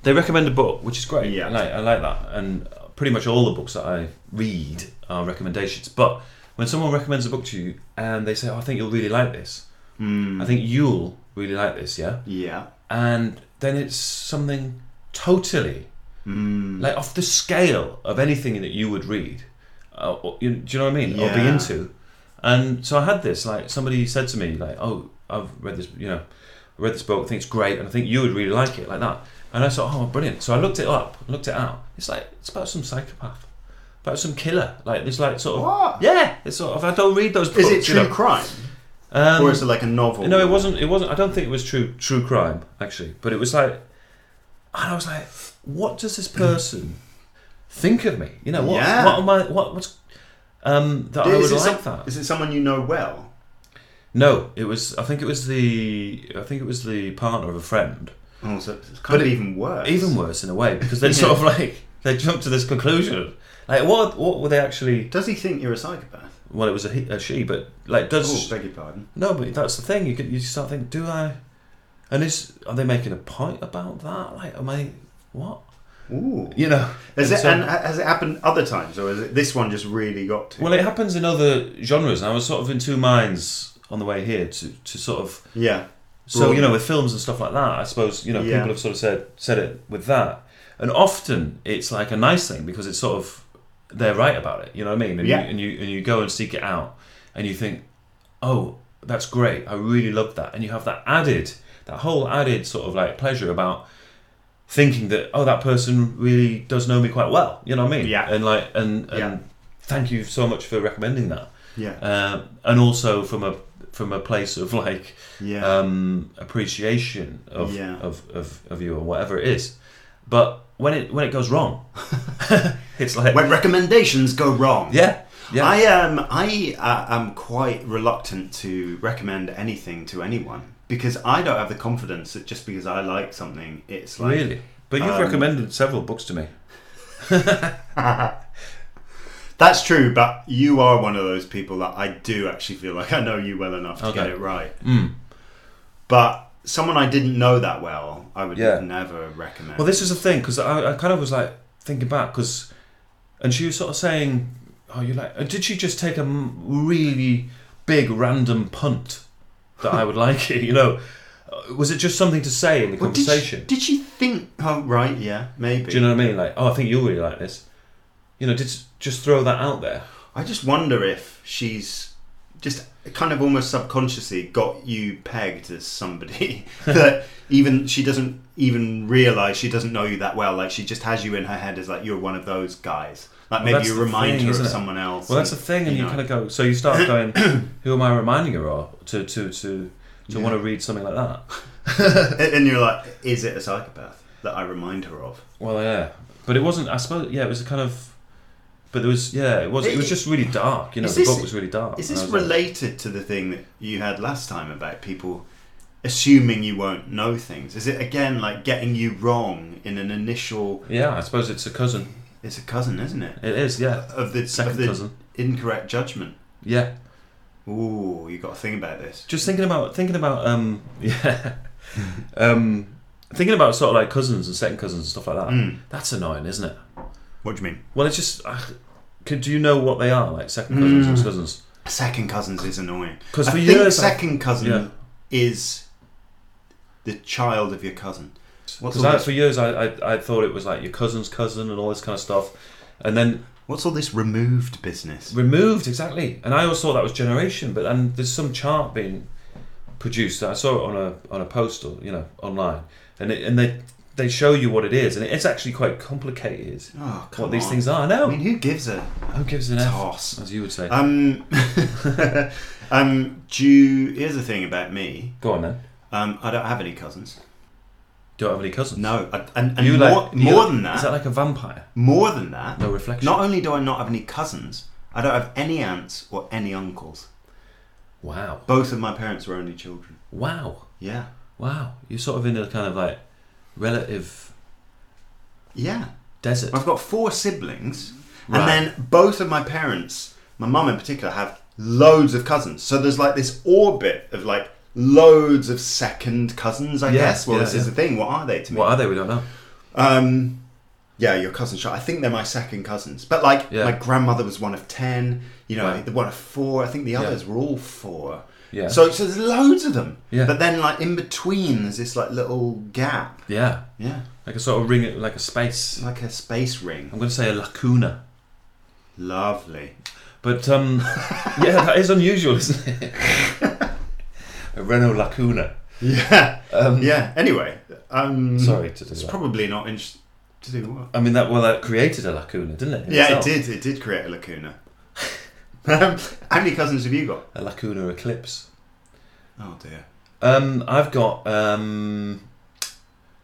[SPEAKER 1] they recommend a book, which is great.
[SPEAKER 2] Yeah.
[SPEAKER 1] I like, I like that, and pretty much all the books that I read are recommendations. But when someone recommends a book to you and they say, oh, "I think you'll really like this,"
[SPEAKER 2] Mm.
[SPEAKER 1] I think you'll really like this, yeah?
[SPEAKER 2] Yeah.
[SPEAKER 1] And then it's something totally
[SPEAKER 2] Mm.
[SPEAKER 1] like off the scale of anything that you would read, uh, or, you, do you know what I mean? Or be
[SPEAKER 2] Yeah.
[SPEAKER 1] into. And so I had this like somebody said to me like, "Oh, I've read this, you know, I read this book. I think it's great, and I think you would really like it, like that." And I thought, oh, brilliant. So I looked it up, looked it out. It's like, it's about some psychopath, about some killer. Like, there's like sort of.
[SPEAKER 2] What?
[SPEAKER 1] Yeah, it's sort of. I don't read those books.
[SPEAKER 2] Is it
[SPEAKER 1] you
[SPEAKER 2] true
[SPEAKER 1] know.
[SPEAKER 2] crime?
[SPEAKER 1] Um,
[SPEAKER 2] or is it like a novel?
[SPEAKER 1] no, it wasn't. It wasn't. I don't think it was true true crime actually, but it was like, and I was like, what does this person think of me? You know what?
[SPEAKER 2] Yeah.
[SPEAKER 1] What am I? What what's um, that I would
[SPEAKER 2] is, it
[SPEAKER 1] like
[SPEAKER 2] some-
[SPEAKER 1] that?
[SPEAKER 2] is it someone you know well?
[SPEAKER 1] No, it was. I think it was the. I think it was the partner of a friend.
[SPEAKER 2] Oh, so it's
[SPEAKER 1] But
[SPEAKER 2] kind of
[SPEAKER 1] it-
[SPEAKER 2] even worse.
[SPEAKER 1] Even worse in a way because they sort of like they jumped to this conclusion. Like what? What were they actually?
[SPEAKER 2] Does he think you're a psychopath?
[SPEAKER 1] Well, it was a, he, a she, but like does
[SPEAKER 2] Oh, beg your pardon.
[SPEAKER 1] No, but that's the thing. You get, you start thinking, do I? And is are they making a point about that? Like, am I what?
[SPEAKER 2] Ooh.
[SPEAKER 1] You know,
[SPEAKER 2] Has
[SPEAKER 1] and
[SPEAKER 2] it,
[SPEAKER 1] so-
[SPEAKER 2] and ha- has it happened other times, or is it this one just really got to?
[SPEAKER 1] well, it happens in other genres. And I was sort of in two minds on the way here to, to sort of
[SPEAKER 2] yeah.
[SPEAKER 1] so you
[SPEAKER 2] Broaden.
[SPEAKER 1] know with films and stuff like that. I suppose you know
[SPEAKER 2] Yeah.
[SPEAKER 1] people have sort of said said it with that, and often it's like a nice thing because it's sort of they're right about it. You know what I mean? And
[SPEAKER 2] Yeah.
[SPEAKER 1] you, and you and you go and seek it out, and you think, oh, that's great. I really love that, and you have that added that whole added sort of like pleasure about thinking that oh that person really does know me quite well. You know what I mean?
[SPEAKER 2] Yeah.
[SPEAKER 1] And like and and
[SPEAKER 2] Yeah.
[SPEAKER 1] thank you so much for recommending that.
[SPEAKER 2] Yeah.
[SPEAKER 1] Um, and also from a from a place of like
[SPEAKER 2] Yeah.
[SPEAKER 1] um, appreciation of,
[SPEAKER 2] Yeah.
[SPEAKER 1] of, of, of you or whatever it is. But when it when it goes wrong, it's like
[SPEAKER 2] when recommendations go wrong.
[SPEAKER 1] yeah yeah
[SPEAKER 2] I um I uh, am quite reluctant to recommend anything to anyone because I don't have the confidence that just because I like something, it's like
[SPEAKER 1] really. But you've
[SPEAKER 2] um,
[SPEAKER 1] recommended several books to me.
[SPEAKER 2] that's true. But you are one of those people that I do actually feel like I know you well enough to get
[SPEAKER 1] Okay.
[SPEAKER 2] it right.
[SPEAKER 1] Mm.
[SPEAKER 2] But someone I didn't know that well, I would
[SPEAKER 1] Yeah.
[SPEAKER 2] never recommend.
[SPEAKER 1] Well, this is the thing because I, I kind of was like thinking back because, and she was sort of saying, "Oh, you like? uh, Did she just take a m- really big random punt that I would like it? You know, Uh, was it just something to say in the
[SPEAKER 2] Well, did she-
[SPEAKER 1] conversation?
[SPEAKER 2] Did she, think? Oh, right, yeah, maybe.
[SPEAKER 1] Do you know what I mean? Like, oh, I think you'll really like this. You know, just just throw that out there.
[SPEAKER 2] I just wonder if she's just kind of almost subconsciously got you pegged as somebody that even she doesn't even realize she doesn't know you that well. Like she just has you in her head as like you're one of those guys. Like
[SPEAKER 1] Well,
[SPEAKER 2] maybe
[SPEAKER 1] that's
[SPEAKER 2] you
[SPEAKER 1] the
[SPEAKER 2] remind
[SPEAKER 1] thing,
[SPEAKER 2] her of
[SPEAKER 1] isn't it?
[SPEAKER 2] someone else.
[SPEAKER 1] Well, that's the thing, and you,
[SPEAKER 2] know.
[SPEAKER 1] kind of go. So you start going, who am I reminding her of to to to to
[SPEAKER 2] Yeah.
[SPEAKER 1] want to read something like that?
[SPEAKER 2] And- and you're like, is it a psychopath that I remind her of?
[SPEAKER 1] Well, yeah, but it wasn't. I suppose yeah, it was a kind of. But there was yeah, it was it was just really dark. You know,
[SPEAKER 2] Is
[SPEAKER 1] the
[SPEAKER 2] this-
[SPEAKER 1] book was really dark.
[SPEAKER 2] Is
[SPEAKER 1] and I
[SPEAKER 2] this
[SPEAKER 1] was like,
[SPEAKER 2] related to the thing that you had last time about people assuming you won't know things? Is it again like getting you wrong in an initial?
[SPEAKER 1] yeah, I suppose it's a cousin.
[SPEAKER 2] It's a cousin, isn't it?
[SPEAKER 1] It is yeah,
[SPEAKER 2] of the,
[SPEAKER 1] second
[SPEAKER 2] of the
[SPEAKER 1] cousin.
[SPEAKER 2] incorrect judgment.
[SPEAKER 1] Yeah,
[SPEAKER 2] Ooh, you got to think about this.
[SPEAKER 1] just thinking about thinking about um yeah, um thinking about sort of like cousins and second cousins and stuff like that.
[SPEAKER 2] Mm.
[SPEAKER 1] That's annoying, isn't it?
[SPEAKER 2] What do you mean?
[SPEAKER 1] Well, it's just. Uh, could, do you know what they are like second cousins
[SPEAKER 2] Mm.
[SPEAKER 1] and cousins?
[SPEAKER 2] Second cousins is annoying.
[SPEAKER 1] 'Cause
[SPEAKER 2] I
[SPEAKER 1] for
[SPEAKER 2] think
[SPEAKER 1] years I-
[SPEAKER 2] second cousin
[SPEAKER 1] Yeah.
[SPEAKER 2] is the child of your cousin. What's all,
[SPEAKER 1] Because
[SPEAKER 2] this,
[SPEAKER 1] for years I, I I thought it was like your cousin's cousin and all this kind of stuff, and then
[SPEAKER 2] what's all this removed business?
[SPEAKER 1] Removed, exactly. And I always thought that was generation, but and there's some chart being produced. I saw it on a on a post or you know online, and it, and they they show you what it is, and it's actually quite complicated
[SPEAKER 2] Oh, come
[SPEAKER 1] what these
[SPEAKER 2] on.
[SPEAKER 1] things are.
[SPEAKER 2] I
[SPEAKER 1] No,
[SPEAKER 2] mean, who gives a
[SPEAKER 1] who gives an f?
[SPEAKER 2] toss?
[SPEAKER 1] As you would say.
[SPEAKER 2] Um, um, do you, here's the thing about me.
[SPEAKER 1] Go on then.
[SPEAKER 2] Um, I don't have any cousins.
[SPEAKER 1] Don't have any cousins.
[SPEAKER 2] No, I, and, and
[SPEAKER 1] You
[SPEAKER 2] more,
[SPEAKER 1] like- you
[SPEAKER 2] more
[SPEAKER 1] like-
[SPEAKER 2] than
[SPEAKER 1] Is that like a vampire?
[SPEAKER 2] more than that,
[SPEAKER 1] No reflection.
[SPEAKER 2] Not only do I not have any cousins, I don't have any aunts or any uncles.
[SPEAKER 1] Wow.
[SPEAKER 2] Both of my parents were only children.
[SPEAKER 1] Wow.
[SPEAKER 2] Yeah.
[SPEAKER 1] Wow. You're sort of in a kind of like relative
[SPEAKER 2] Yeah.
[SPEAKER 1] desert.
[SPEAKER 2] I've got four siblings,
[SPEAKER 1] Right.
[SPEAKER 2] and then both of my parents, my mum in particular, have loads of cousins. So there's like this orbit of like loads of second cousins, I
[SPEAKER 1] Yeah,
[SPEAKER 2] guess. Well,
[SPEAKER 1] yeah,
[SPEAKER 2] this is
[SPEAKER 1] yeah.
[SPEAKER 2] the thing. What are they to me?
[SPEAKER 1] What are they? We don't know.
[SPEAKER 2] Um, yeah, your cousins. I think they're my second cousins. But like,
[SPEAKER 1] Yeah.
[SPEAKER 2] my grandmother was one of ten. You know,
[SPEAKER 1] Right.
[SPEAKER 2] the one of four. I think the
[SPEAKER 1] Yeah.
[SPEAKER 2] others were all four.
[SPEAKER 1] Yeah.
[SPEAKER 2] So, so there's loads of them.
[SPEAKER 1] Yeah.
[SPEAKER 2] But then, like in between, there's this like little gap.
[SPEAKER 1] yeah.
[SPEAKER 2] Yeah.
[SPEAKER 1] Like a sort of ring, like a space.
[SPEAKER 2] It's like a space ring.
[SPEAKER 1] I'm going to say a lacuna.
[SPEAKER 2] Lovely.
[SPEAKER 1] But um, yeah, that is unusual, isn't it? a Renault Lacuna.
[SPEAKER 2] Yeah.
[SPEAKER 1] Um,
[SPEAKER 2] Yeah. Anyway, um,
[SPEAKER 1] Sorry to do
[SPEAKER 2] It's
[SPEAKER 1] that.
[SPEAKER 2] probably not interesting to do what.
[SPEAKER 1] I mean, that well, that created a lacuna, didn't it? in
[SPEAKER 2] Yeah, it
[SPEAKER 1] itself?
[SPEAKER 2] did. It did create a lacuna. Um, How many cousins have you got?
[SPEAKER 1] A lacuna eclipse.
[SPEAKER 2] Oh dear.
[SPEAKER 1] Um, I've got um,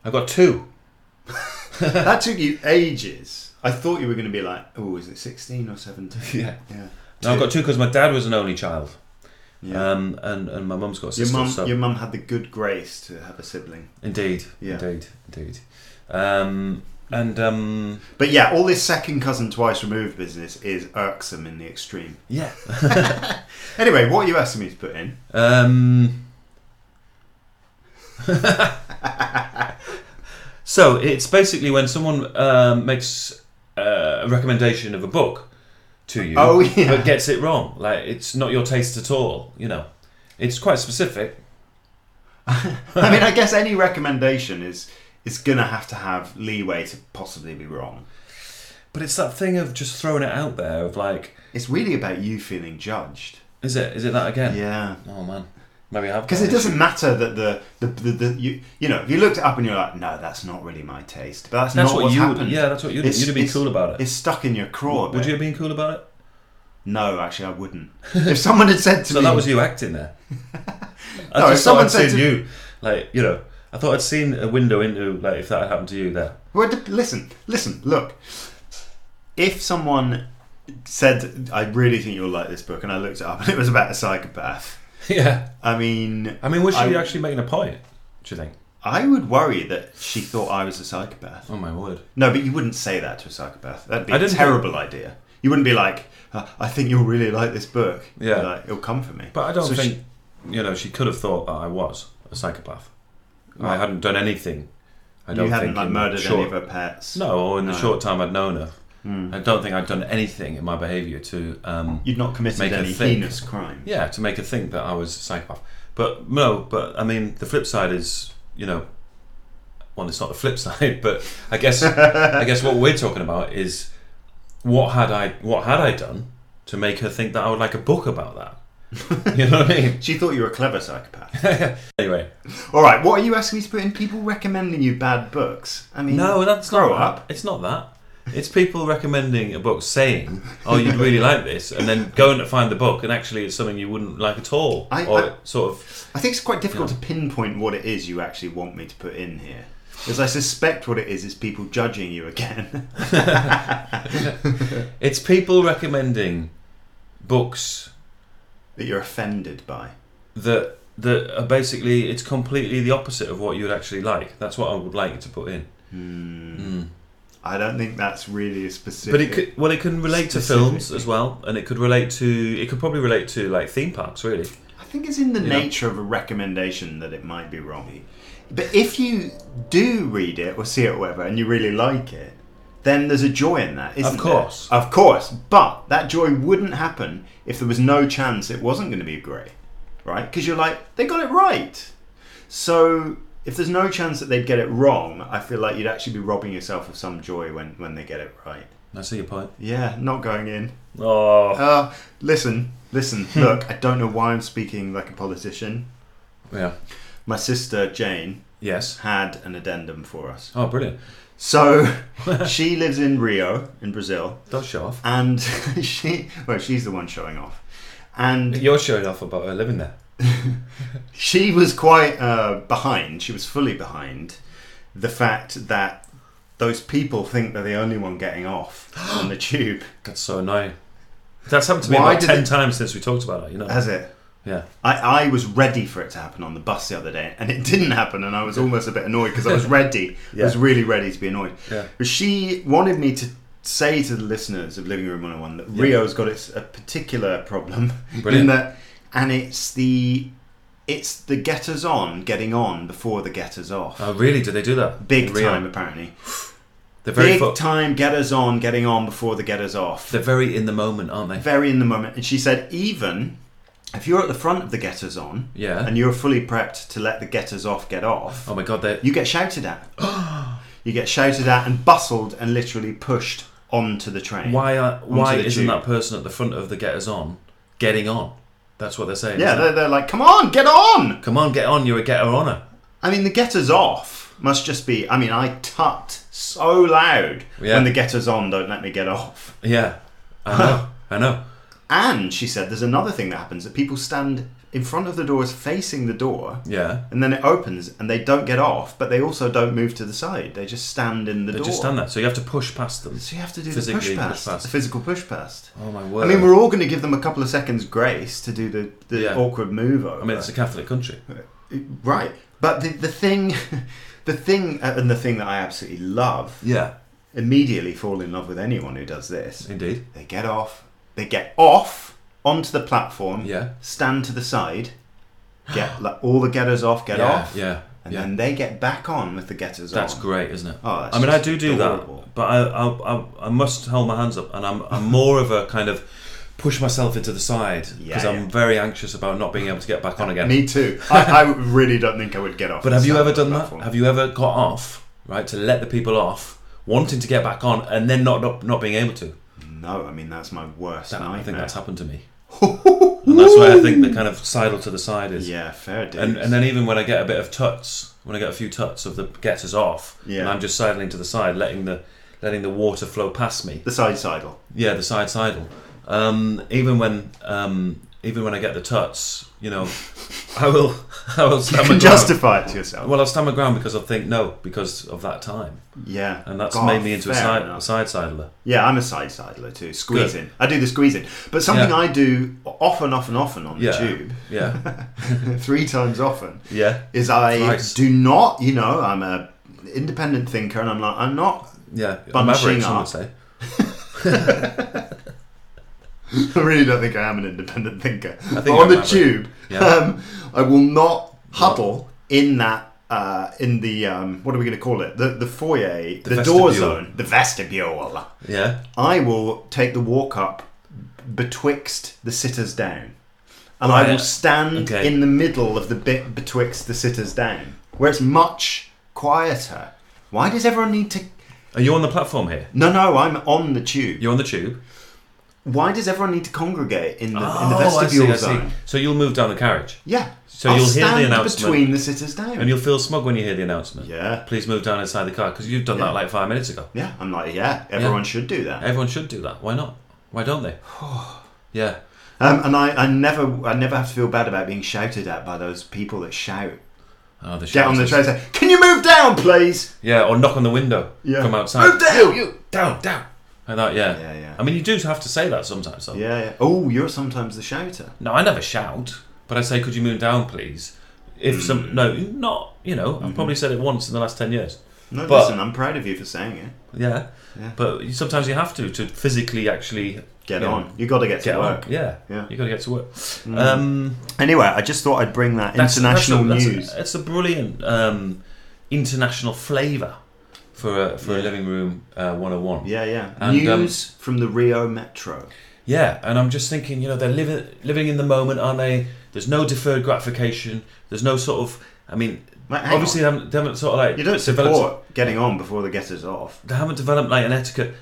[SPEAKER 1] I've got two.
[SPEAKER 2] That took you ages. I thought you were going to be like, oh, is it sixteen or seventeen?
[SPEAKER 1] Yeah.
[SPEAKER 2] Yeah.
[SPEAKER 1] No, I've got two because my dad was an only child,
[SPEAKER 2] Yeah.
[SPEAKER 1] um, and and my mum's got a
[SPEAKER 2] your
[SPEAKER 1] sister.
[SPEAKER 2] mum,
[SPEAKER 1] so-
[SPEAKER 2] your mum had the good grace to have a sibling.
[SPEAKER 1] Indeed.
[SPEAKER 2] Yeah.
[SPEAKER 1] Indeed. Indeed. Um, and um,
[SPEAKER 2] But yeah, all this second cousin twice removed business is irksome in the extreme.
[SPEAKER 1] yeah.
[SPEAKER 2] Anyway, what are you asking me to put in?
[SPEAKER 1] Um, so it's basically when someone um, makes uh, a recommendation of a book to you,
[SPEAKER 2] Oh, yeah.
[SPEAKER 1] but gets it wrong. Like it's not your taste at all. You know, it's quite specific.
[SPEAKER 2] I mean, I guess any recommendation is is going to have to have leeway to possibly be wrong.
[SPEAKER 1] But it's that thing of just throwing it out there. Of like,
[SPEAKER 2] It's really about you feeling judged.
[SPEAKER 1] is it? Is it that again?
[SPEAKER 2] Yeah.
[SPEAKER 1] Oh man, maybe I've
[SPEAKER 2] Because it doesn't matter that the the, the, the you you know if you looked it up and you're like no that's not really my taste but that's,
[SPEAKER 1] That's
[SPEAKER 2] not
[SPEAKER 1] what
[SPEAKER 2] what's
[SPEAKER 1] you.
[SPEAKER 2] happened
[SPEAKER 1] Yeah, that's what you'd.
[SPEAKER 2] It's-
[SPEAKER 1] you'd have been
[SPEAKER 2] it's-
[SPEAKER 1] cool about it.
[SPEAKER 2] it's stuck in your craw a
[SPEAKER 1] Would
[SPEAKER 2] bit.
[SPEAKER 1] you have been cool about it?
[SPEAKER 2] no actually I wouldn't if someone had said to
[SPEAKER 1] So
[SPEAKER 2] me
[SPEAKER 1] that was you acting there. I
[SPEAKER 2] No, if
[SPEAKER 1] just someone
[SPEAKER 2] someone
[SPEAKER 1] said
[SPEAKER 2] said to-
[SPEAKER 1] you, like you know, I thought I'd seen a window into like if that had happened to you there.
[SPEAKER 2] Well, d- listen, listen, look. If someone said, "I really think you'll like this book," and I looked it up, and it was about a psychopath,
[SPEAKER 1] yeah.
[SPEAKER 2] I mean,
[SPEAKER 1] I mean, was she
[SPEAKER 2] I-
[SPEAKER 1] actually making a point? Do you think?
[SPEAKER 2] I would worry that she thought I was a psychopath.
[SPEAKER 1] Oh my word!
[SPEAKER 2] No, but you wouldn't say that to a psychopath. That'd be
[SPEAKER 1] I
[SPEAKER 2] a
[SPEAKER 1] didn't
[SPEAKER 2] terrible idea. You wouldn't be like, uh, "I think you'll really like this book."
[SPEAKER 1] Yeah.
[SPEAKER 2] You're like, it'll come for me.
[SPEAKER 1] But I don't
[SPEAKER 2] So
[SPEAKER 1] think
[SPEAKER 2] she-
[SPEAKER 1] you know she could have thought that I was a psychopath. I
[SPEAKER 2] Right.
[SPEAKER 1] hadn't done anything. I don't
[SPEAKER 2] you hadn't
[SPEAKER 1] think
[SPEAKER 2] like
[SPEAKER 1] in the
[SPEAKER 2] murdered any
[SPEAKER 1] short-
[SPEAKER 2] of her pets.
[SPEAKER 1] No, or in
[SPEAKER 2] No. Hmm.
[SPEAKER 1] the short time I'd known her, I don't think I'd done anything in my behaviour to um,
[SPEAKER 2] you'd not committed
[SPEAKER 1] Make her
[SPEAKER 2] any
[SPEAKER 1] think.
[SPEAKER 2] heinous crime.
[SPEAKER 1] yeah, to make her think that I was a psychopath. But no, but I mean, the flip side is, you know, well, it's not the flip side, but I guess, I guess what we're talking about is what had I, what had I done to make her think that I would like a book about that? You know what I mean?
[SPEAKER 2] She thought you were a clever psychopath.
[SPEAKER 1] Anyway,
[SPEAKER 2] All right, what are you asking me to put in? People recommending you bad books. I mean,
[SPEAKER 1] no, that's not
[SPEAKER 2] grow
[SPEAKER 1] that.
[SPEAKER 2] up.
[SPEAKER 1] It's not that. It's people recommending a book, saying, "Oh, you'd really like this," and then going to find the book, and actually, it's something you wouldn't like at all,
[SPEAKER 2] I-
[SPEAKER 1] or
[SPEAKER 2] I-
[SPEAKER 1] sort of.
[SPEAKER 2] I think it's quite difficult to pinpoint what it is you actually want me to put in here, because I suspect what it is is people judging you again.
[SPEAKER 1] It's people recommending books
[SPEAKER 2] that you're offended by.
[SPEAKER 1] that that are basically it's completely the opposite of what you'd actually like. That's what I would like to put in.
[SPEAKER 2] I don't think that's really a specific.
[SPEAKER 1] But it could well it can relate to
[SPEAKER 2] Specifically.
[SPEAKER 1] films as well, and it could relate to it could probably relate to like theme parks really.
[SPEAKER 2] I think it's in the
[SPEAKER 1] You know?
[SPEAKER 2] nature of a recommendation that it might be wrong. But if you do read it or see it or whatever and you really like it, then there's a joy in that, isn't
[SPEAKER 1] Of course.
[SPEAKER 2] there? Of course. But that joy wouldn't happen if there was no chance it wasn't going to be great, right? Because you're like, they got it right. So if there's no chance that they'd get it wrong, I feel like you'd actually be robbing yourself of some joy when, when they get it right.
[SPEAKER 1] I see your point.
[SPEAKER 2] Yeah, not going in.
[SPEAKER 1] Oh
[SPEAKER 2] Uh, listen, listen, look, I don't know why I'm speaking like a politician.
[SPEAKER 1] yeah.
[SPEAKER 2] My sister Jane
[SPEAKER 1] Yes.
[SPEAKER 2] had an addendum for us.
[SPEAKER 1] Oh brilliant.
[SPEAKER 2] So she lives in Rio in Brazil
[SPEAKER 1] Don't show off.
[SPEAKER 2] and she well she's the one showing off. And
[SPEAKER 1] You're showing off about her living there.
[SPEAKER 2] she was quite uh, behind, she was fully behind the fact that those people think they're the only one getting off on the tube.
[SPEAKER 1] That's so annoying. That's happened to me
[SPEAKER 2] Why
[SPEAKER 1] about
[SPEAKER 2] did
[SPEAKER 1] ten
[SPEAKER 2] it-
[SPEAKER 1] times since we talked about it, you know?
[SPEAKER 2] Has it?
[SPEAKER 1] yeah.
[SPEAKER 2] I, I was ready for it to happen on the bus the other day, and it didn't happen, and I was almost a bit annoyed because I was ready. I was
[SPEAKER 1] Yeah.
[SPEAKER 2] really ready to be annoyed.
[SPEAKER 1] Yeah.
[SPEAKER 2] But she wanted me to say to the listeners of Living Room 101 that Rio's got its a particular problem in
[SPEAKER 1] Brilliant.
[SPEAKER 2] that, and it's the it's the getters on getting on before the getters off.
[SPEAKER 1] Oh really, did they do that?
[SPEAKER 2] Big
[SPEAKER 1] In Rio?
[SPEAKER 2] time, apparently.
[SPEAKER 1] They're very
[SPEAKER 2] Big
[SPEAKER 1] fo-
[SPEAKER 2] time getters on getting on before the getters off
[SPEAKER 1] they're very in the moment, aren't they?
[SPEAKER 2] very in the moment. And she said, even if you're at the front of the getters on,
[SPEAKER 1] Yeah.
[SPEAKER 2] and you're fully prepped to let the getters off get off,
[SPEAKER 1] Oh my god, they
[SPEAKER 2] you get shouted at. you get shouted at and bustled and literally pushed onto the train.
[SPEAKER 1] Why are, why
[SPEAKER 2] the
[SPEAKER 1] isn't
[SPEAKER 2] tube.
[SPEAKER 1] that person at the front of the getters on getting on? That's what they're saying.
[SPEAKER 2] Yeah,
[SPEAKER 1] isn't it?
[SPEAKER 2] they're, they're like, come on, get on.
[SPEAKER 1] Come on, get on. You're a getter honor.
[SPEAKER 2] I mean, the getters off must just be. I mean, I tut so loud
[SPEAKER 1] Yeah.
[SPEAKER 2] when the getters on don't let me get off.
[SPEAKER 1] Yeah, I know. I know.
[SPEAKER 2] And she said, there's another thing that happens that people stand in front of the doors facing the door.
[SPEAKER 1] Yeah,
[SPEAKER 2] And then it opens, and they don't get off, but they also don't move to the side. They just stand in the
[SPEAKER 1] they
[SPEAKER 2] door.
[SPEAKER 1] just stand there. So you have to push past them.
[SPEAKER 2] So you have to do the
[SPEAKER 1] Physically
[SPEAKER 2] push past,
[SPEAKER 1] push past.
[SPEAKER 2] the physical push past.
[SPEAKER 1] Oh my
[SPEAKER 2] I
[SPEAKER 1] word!
[SPEAKER 2] mean, we're all going to give them a couple of seconds grace to do the, the
[SPEAKER 1] Yeah.
[SPEAKER 2] awkward move over.
[SPEAKER 1] I mean, it's a Catholic country.
[SPEAKER 2] right, but the the thing, the thing, uh, and the thing that I absolutely love.
[SPEAKER 1] Yeah,
[SPEAKER 2] Immediately fall in love with anyone who does this.
[SPEAKER 1] indeed.
[SPEAKER 2] They get off. They get off onto the platform.
[SPEAKER 1] Yeah.
[SPEAKER 2] Stand to the side. Get like, all the getters off. Get
[SPEAKER 1] yeah,
[SPEAKER 2] off.
[SPEAKER 1] Yeah,
[SPEAKER 2] And
[SPEAKER 1] yeah.
[SPEAKER 2] then they get back on with the getters
[SPEAKER 1] That's
[SPEAKER 2] on.
[SPEAKER 1] great, isn't it?
[SPEAKER 2] Oh, that's
[SPEAKER 1] I mean, I
[SPEAKER 2] just
[SPEAKER 1] do do
[SPEAKER 2] adorable.
[SPEAKER 1] that, but I, I, I, I must hold my hands up, and I'm, I'm more of a kind of push myself into the side
[SPEAKER 2] Yeah,
[SPEAKER 1] because I'm
[SPEAKER 2] yeah.
[SPEAKER 1] very anxious about not being able to get back on again.
[SPEAKER 2] Me too. I, I really don't think I would get off.
[SPEAKER 1] But
[SPEAKER 2] the
[SPEAKER 1] have you
[SPEAKER 2] side
[SPEAKER 1] ever
[SPEAKER 2] of the
[SPEAKER 1] done that?
[SPEAKER 2] platform.
[SPEAKER 1] Have you ever got off right to let the people off, wanting to get back on, and then not not, not being able to?
[SPEAKER 2] No, I mean that's my worst
[SPEAKER 1] That-
[SPEAKER 2] nightmare.
[SPEAKER 1] I think that's happened to me, and that's why I think the kind of sidle to the side is.
[SPEAKER 2] yeah, fair dues.
[SPEAKER 1] And, and then even when I get a bit of tuts, when I get a few tuts of the getters off,
[SPEAKER 2] Yeah.
[SPEAKER 1] and I'm just sidling to the side, letting the letting the water flow past me.
[SPEAKER 2] the side sidle.
[SPEAKER 1] Yeah, the side sidle. Um, even when um, even when I get the tuts, you know, I will I will
[SPEAKER 2] You
[SPEAKER 1] stand my
[SPEAKER 2] can
[SPEAKER 1] ground.
[SPEAKER 2] justify it to yourself.
[SPEAKER 1] well, I'll stand my ground because I'll think no because of that time,
[SPEAKER 2] yeah,
[SPEAKER 1] and that's
[SPEAKER 2] God,
[SPEAKER 1] made me into a
[SPEAKER 2] fair
[SPEAKER 1] side a
[SPEAKER 2] enough.
[SPEAKER 1] side sidler.
[SPEAKER 2] Yeah, I'm a side sidler too. Squeezing. I do the squeezing, but something
[SPEAKER 1] Yeah.
[SPEAKER 2] I do often, often, often on the
[SPEAKER 1] Yeah,
[SPEAKER 2] tube,
[SPEAKER 1] yeah,
[SPEAKER 2] three times often,
[SPEAKER 1] yeah,
[SPEAKER 2] is I
[SPEAKER 1] Thrice.
[SPEAKER 2] do not. You know, I'm a independent thinker, and I'm like, I'm not
[SPEAKER 1] yeah.
[SPEAKER 2] Bunching
[SPEAKER 1] Maverick, some
[SPEAKER 2] up.
[SPEAKER 1] would say.
[SPEAKER 2] I really don't think I am an independent thinker. But
[SPEAKER 1] you're
[SPEAKER 2] on the
[SPEAKER 1] maverick.
[SPEAKER 2] tube,
[SPEAKER 1] Yeah.
[SPEAKER 2] um, I will not huddle in that. Uh, in the um, what are we going to call it? The the foyer, the, door
[SPEAKER 1] vestibule.
[SPEAKER 2] zone, the vestibule.
[SPEAKER 1] Yeah,
[SPEAKER 2] I will take the walk up betwixt the sitters down, and I will
[SPEAKER 1] Right.
[SPEAKER 2] stand
[SPEAKER 1] Okay.
[SPEAKER 2] in the middle of the bit betwixt the sitters down, where it's much quieter. Why does everyone need to?
[SPEAKER 1] are you on the platform here?
[SPEAKER 2] No, no, I'm on the tube.
[SPEAKER 1] You're on the tube.
[SPEAKER 2] Why does everyone need to congregate in the, in the
[SPEAKER 1] Oh, I see,
[SPEAKER 2] vestibule
[SPEAKER 1] I
[SPEAKER 2] zone?
[SPEAKER 1] see. So you'll move down the carriage.
[SPEAKER 2] Yeah.
[SPEAKER 1] So you'll hear the announcement.
[SPEAKER 2] between the sitters down.
[SPEAKER 1] And you'll feel smug when you hear the announcement.
[SPEAKER 2] yeah.
[SPEAKER 1] Please move down inside the car because you've done
[SPEAKER 2] Yeah.
[SPEAKER 1] that like five minutes ago.
[SPEAKER 2] Yeah. I'm like, yeah, everyone should do that.
[SPEAKER 1] Everyone should do that. Why not? Why don't they? yeah.
[SPEAKER 2] Um, and I, I never I never have to feel bad about being shouted at by those people that shout.
[SPEAKER 1] Oh, the
[SPEAKER 2] Get on the
[SPEAKER 1] shouters.
[SPEAKER 2] train and say, Can you move down, please?
[SPEAKER 1] Yeah, or knock on the window
[SPEAKER 2] Yeah.
[SPEAKER 1] from outside.
[SPEAKER 2] Move down!
[SPEAKER 1] You, you, down, down. Like that, yeah.
[SPEAKER 2] Yeah, yeah.
[SPEAKER 1] I mean, you do have to say that sometimes, though.
[SPEAKER 2] Yeah, yeah. Oh, you're sometimes the shouter.
[SPEAKER 1] No, I never shout, Hmm. but I say, could you move down, please? If some, no, not, you know,
[SPEAKER 2] Mm-hmm.
[SPEAKER 1] I've probably said it once in the last 10 years.
[SPEAKER 2] No,
[SPEAKER 1] But-
[SPEAKER 2] listen, I'm proud of you for saying it.
[SPEAKER 1] Yeah.
[SPEAKER 2] Yeah.
[SPEAKER 1] But you- sometimes you have to, to physically actually
[SPEAKER 2] Get
[SPEAKER 1] you know,
[SPEAKER 2] on. You got to get to
[SPEAKER 1] Get
[SPEAKER 2] work.
[SPEAKER 1] on. Yeah.
[SPEAKER 2] Yeah.
[SPEAKER 1] you got to get to work. Um,
[SPEAKER 2] Anyway, I just thought I'd bring that
[SPEAKER 1] that's-
[SPEAKER 2] international
[SPEAKER 1] that's a-
[SPEAKER 2] news.
[SPEAKER 1] That's a, it's a brilliant um, international flavour for a, for a
[SPEAKER 2] Yeah.
[SPEAKER 1] living room uh, 101.
[SPEAKER 2] yeah, yeah.
[SPEAKER 1] And, um,
[SPEAKER 2] news from the Rio Metro.
[SPEAKER 1] Yeah, and I'm just thinking, you know, they're living living in the moment, aren't they? There's no deferred gratification. There's no sort of, I mean,
[SPEAKER 2] Mate, hang
[SPEAKER 1] obviously they haven't, they haven't sort of like
[SPEAKER 2] You don't
[SPEAKER 1] developed-
[SPEAKER 2] support getting on before the getters off.
[SPEAKER 1] They haven't developed like an etiquette.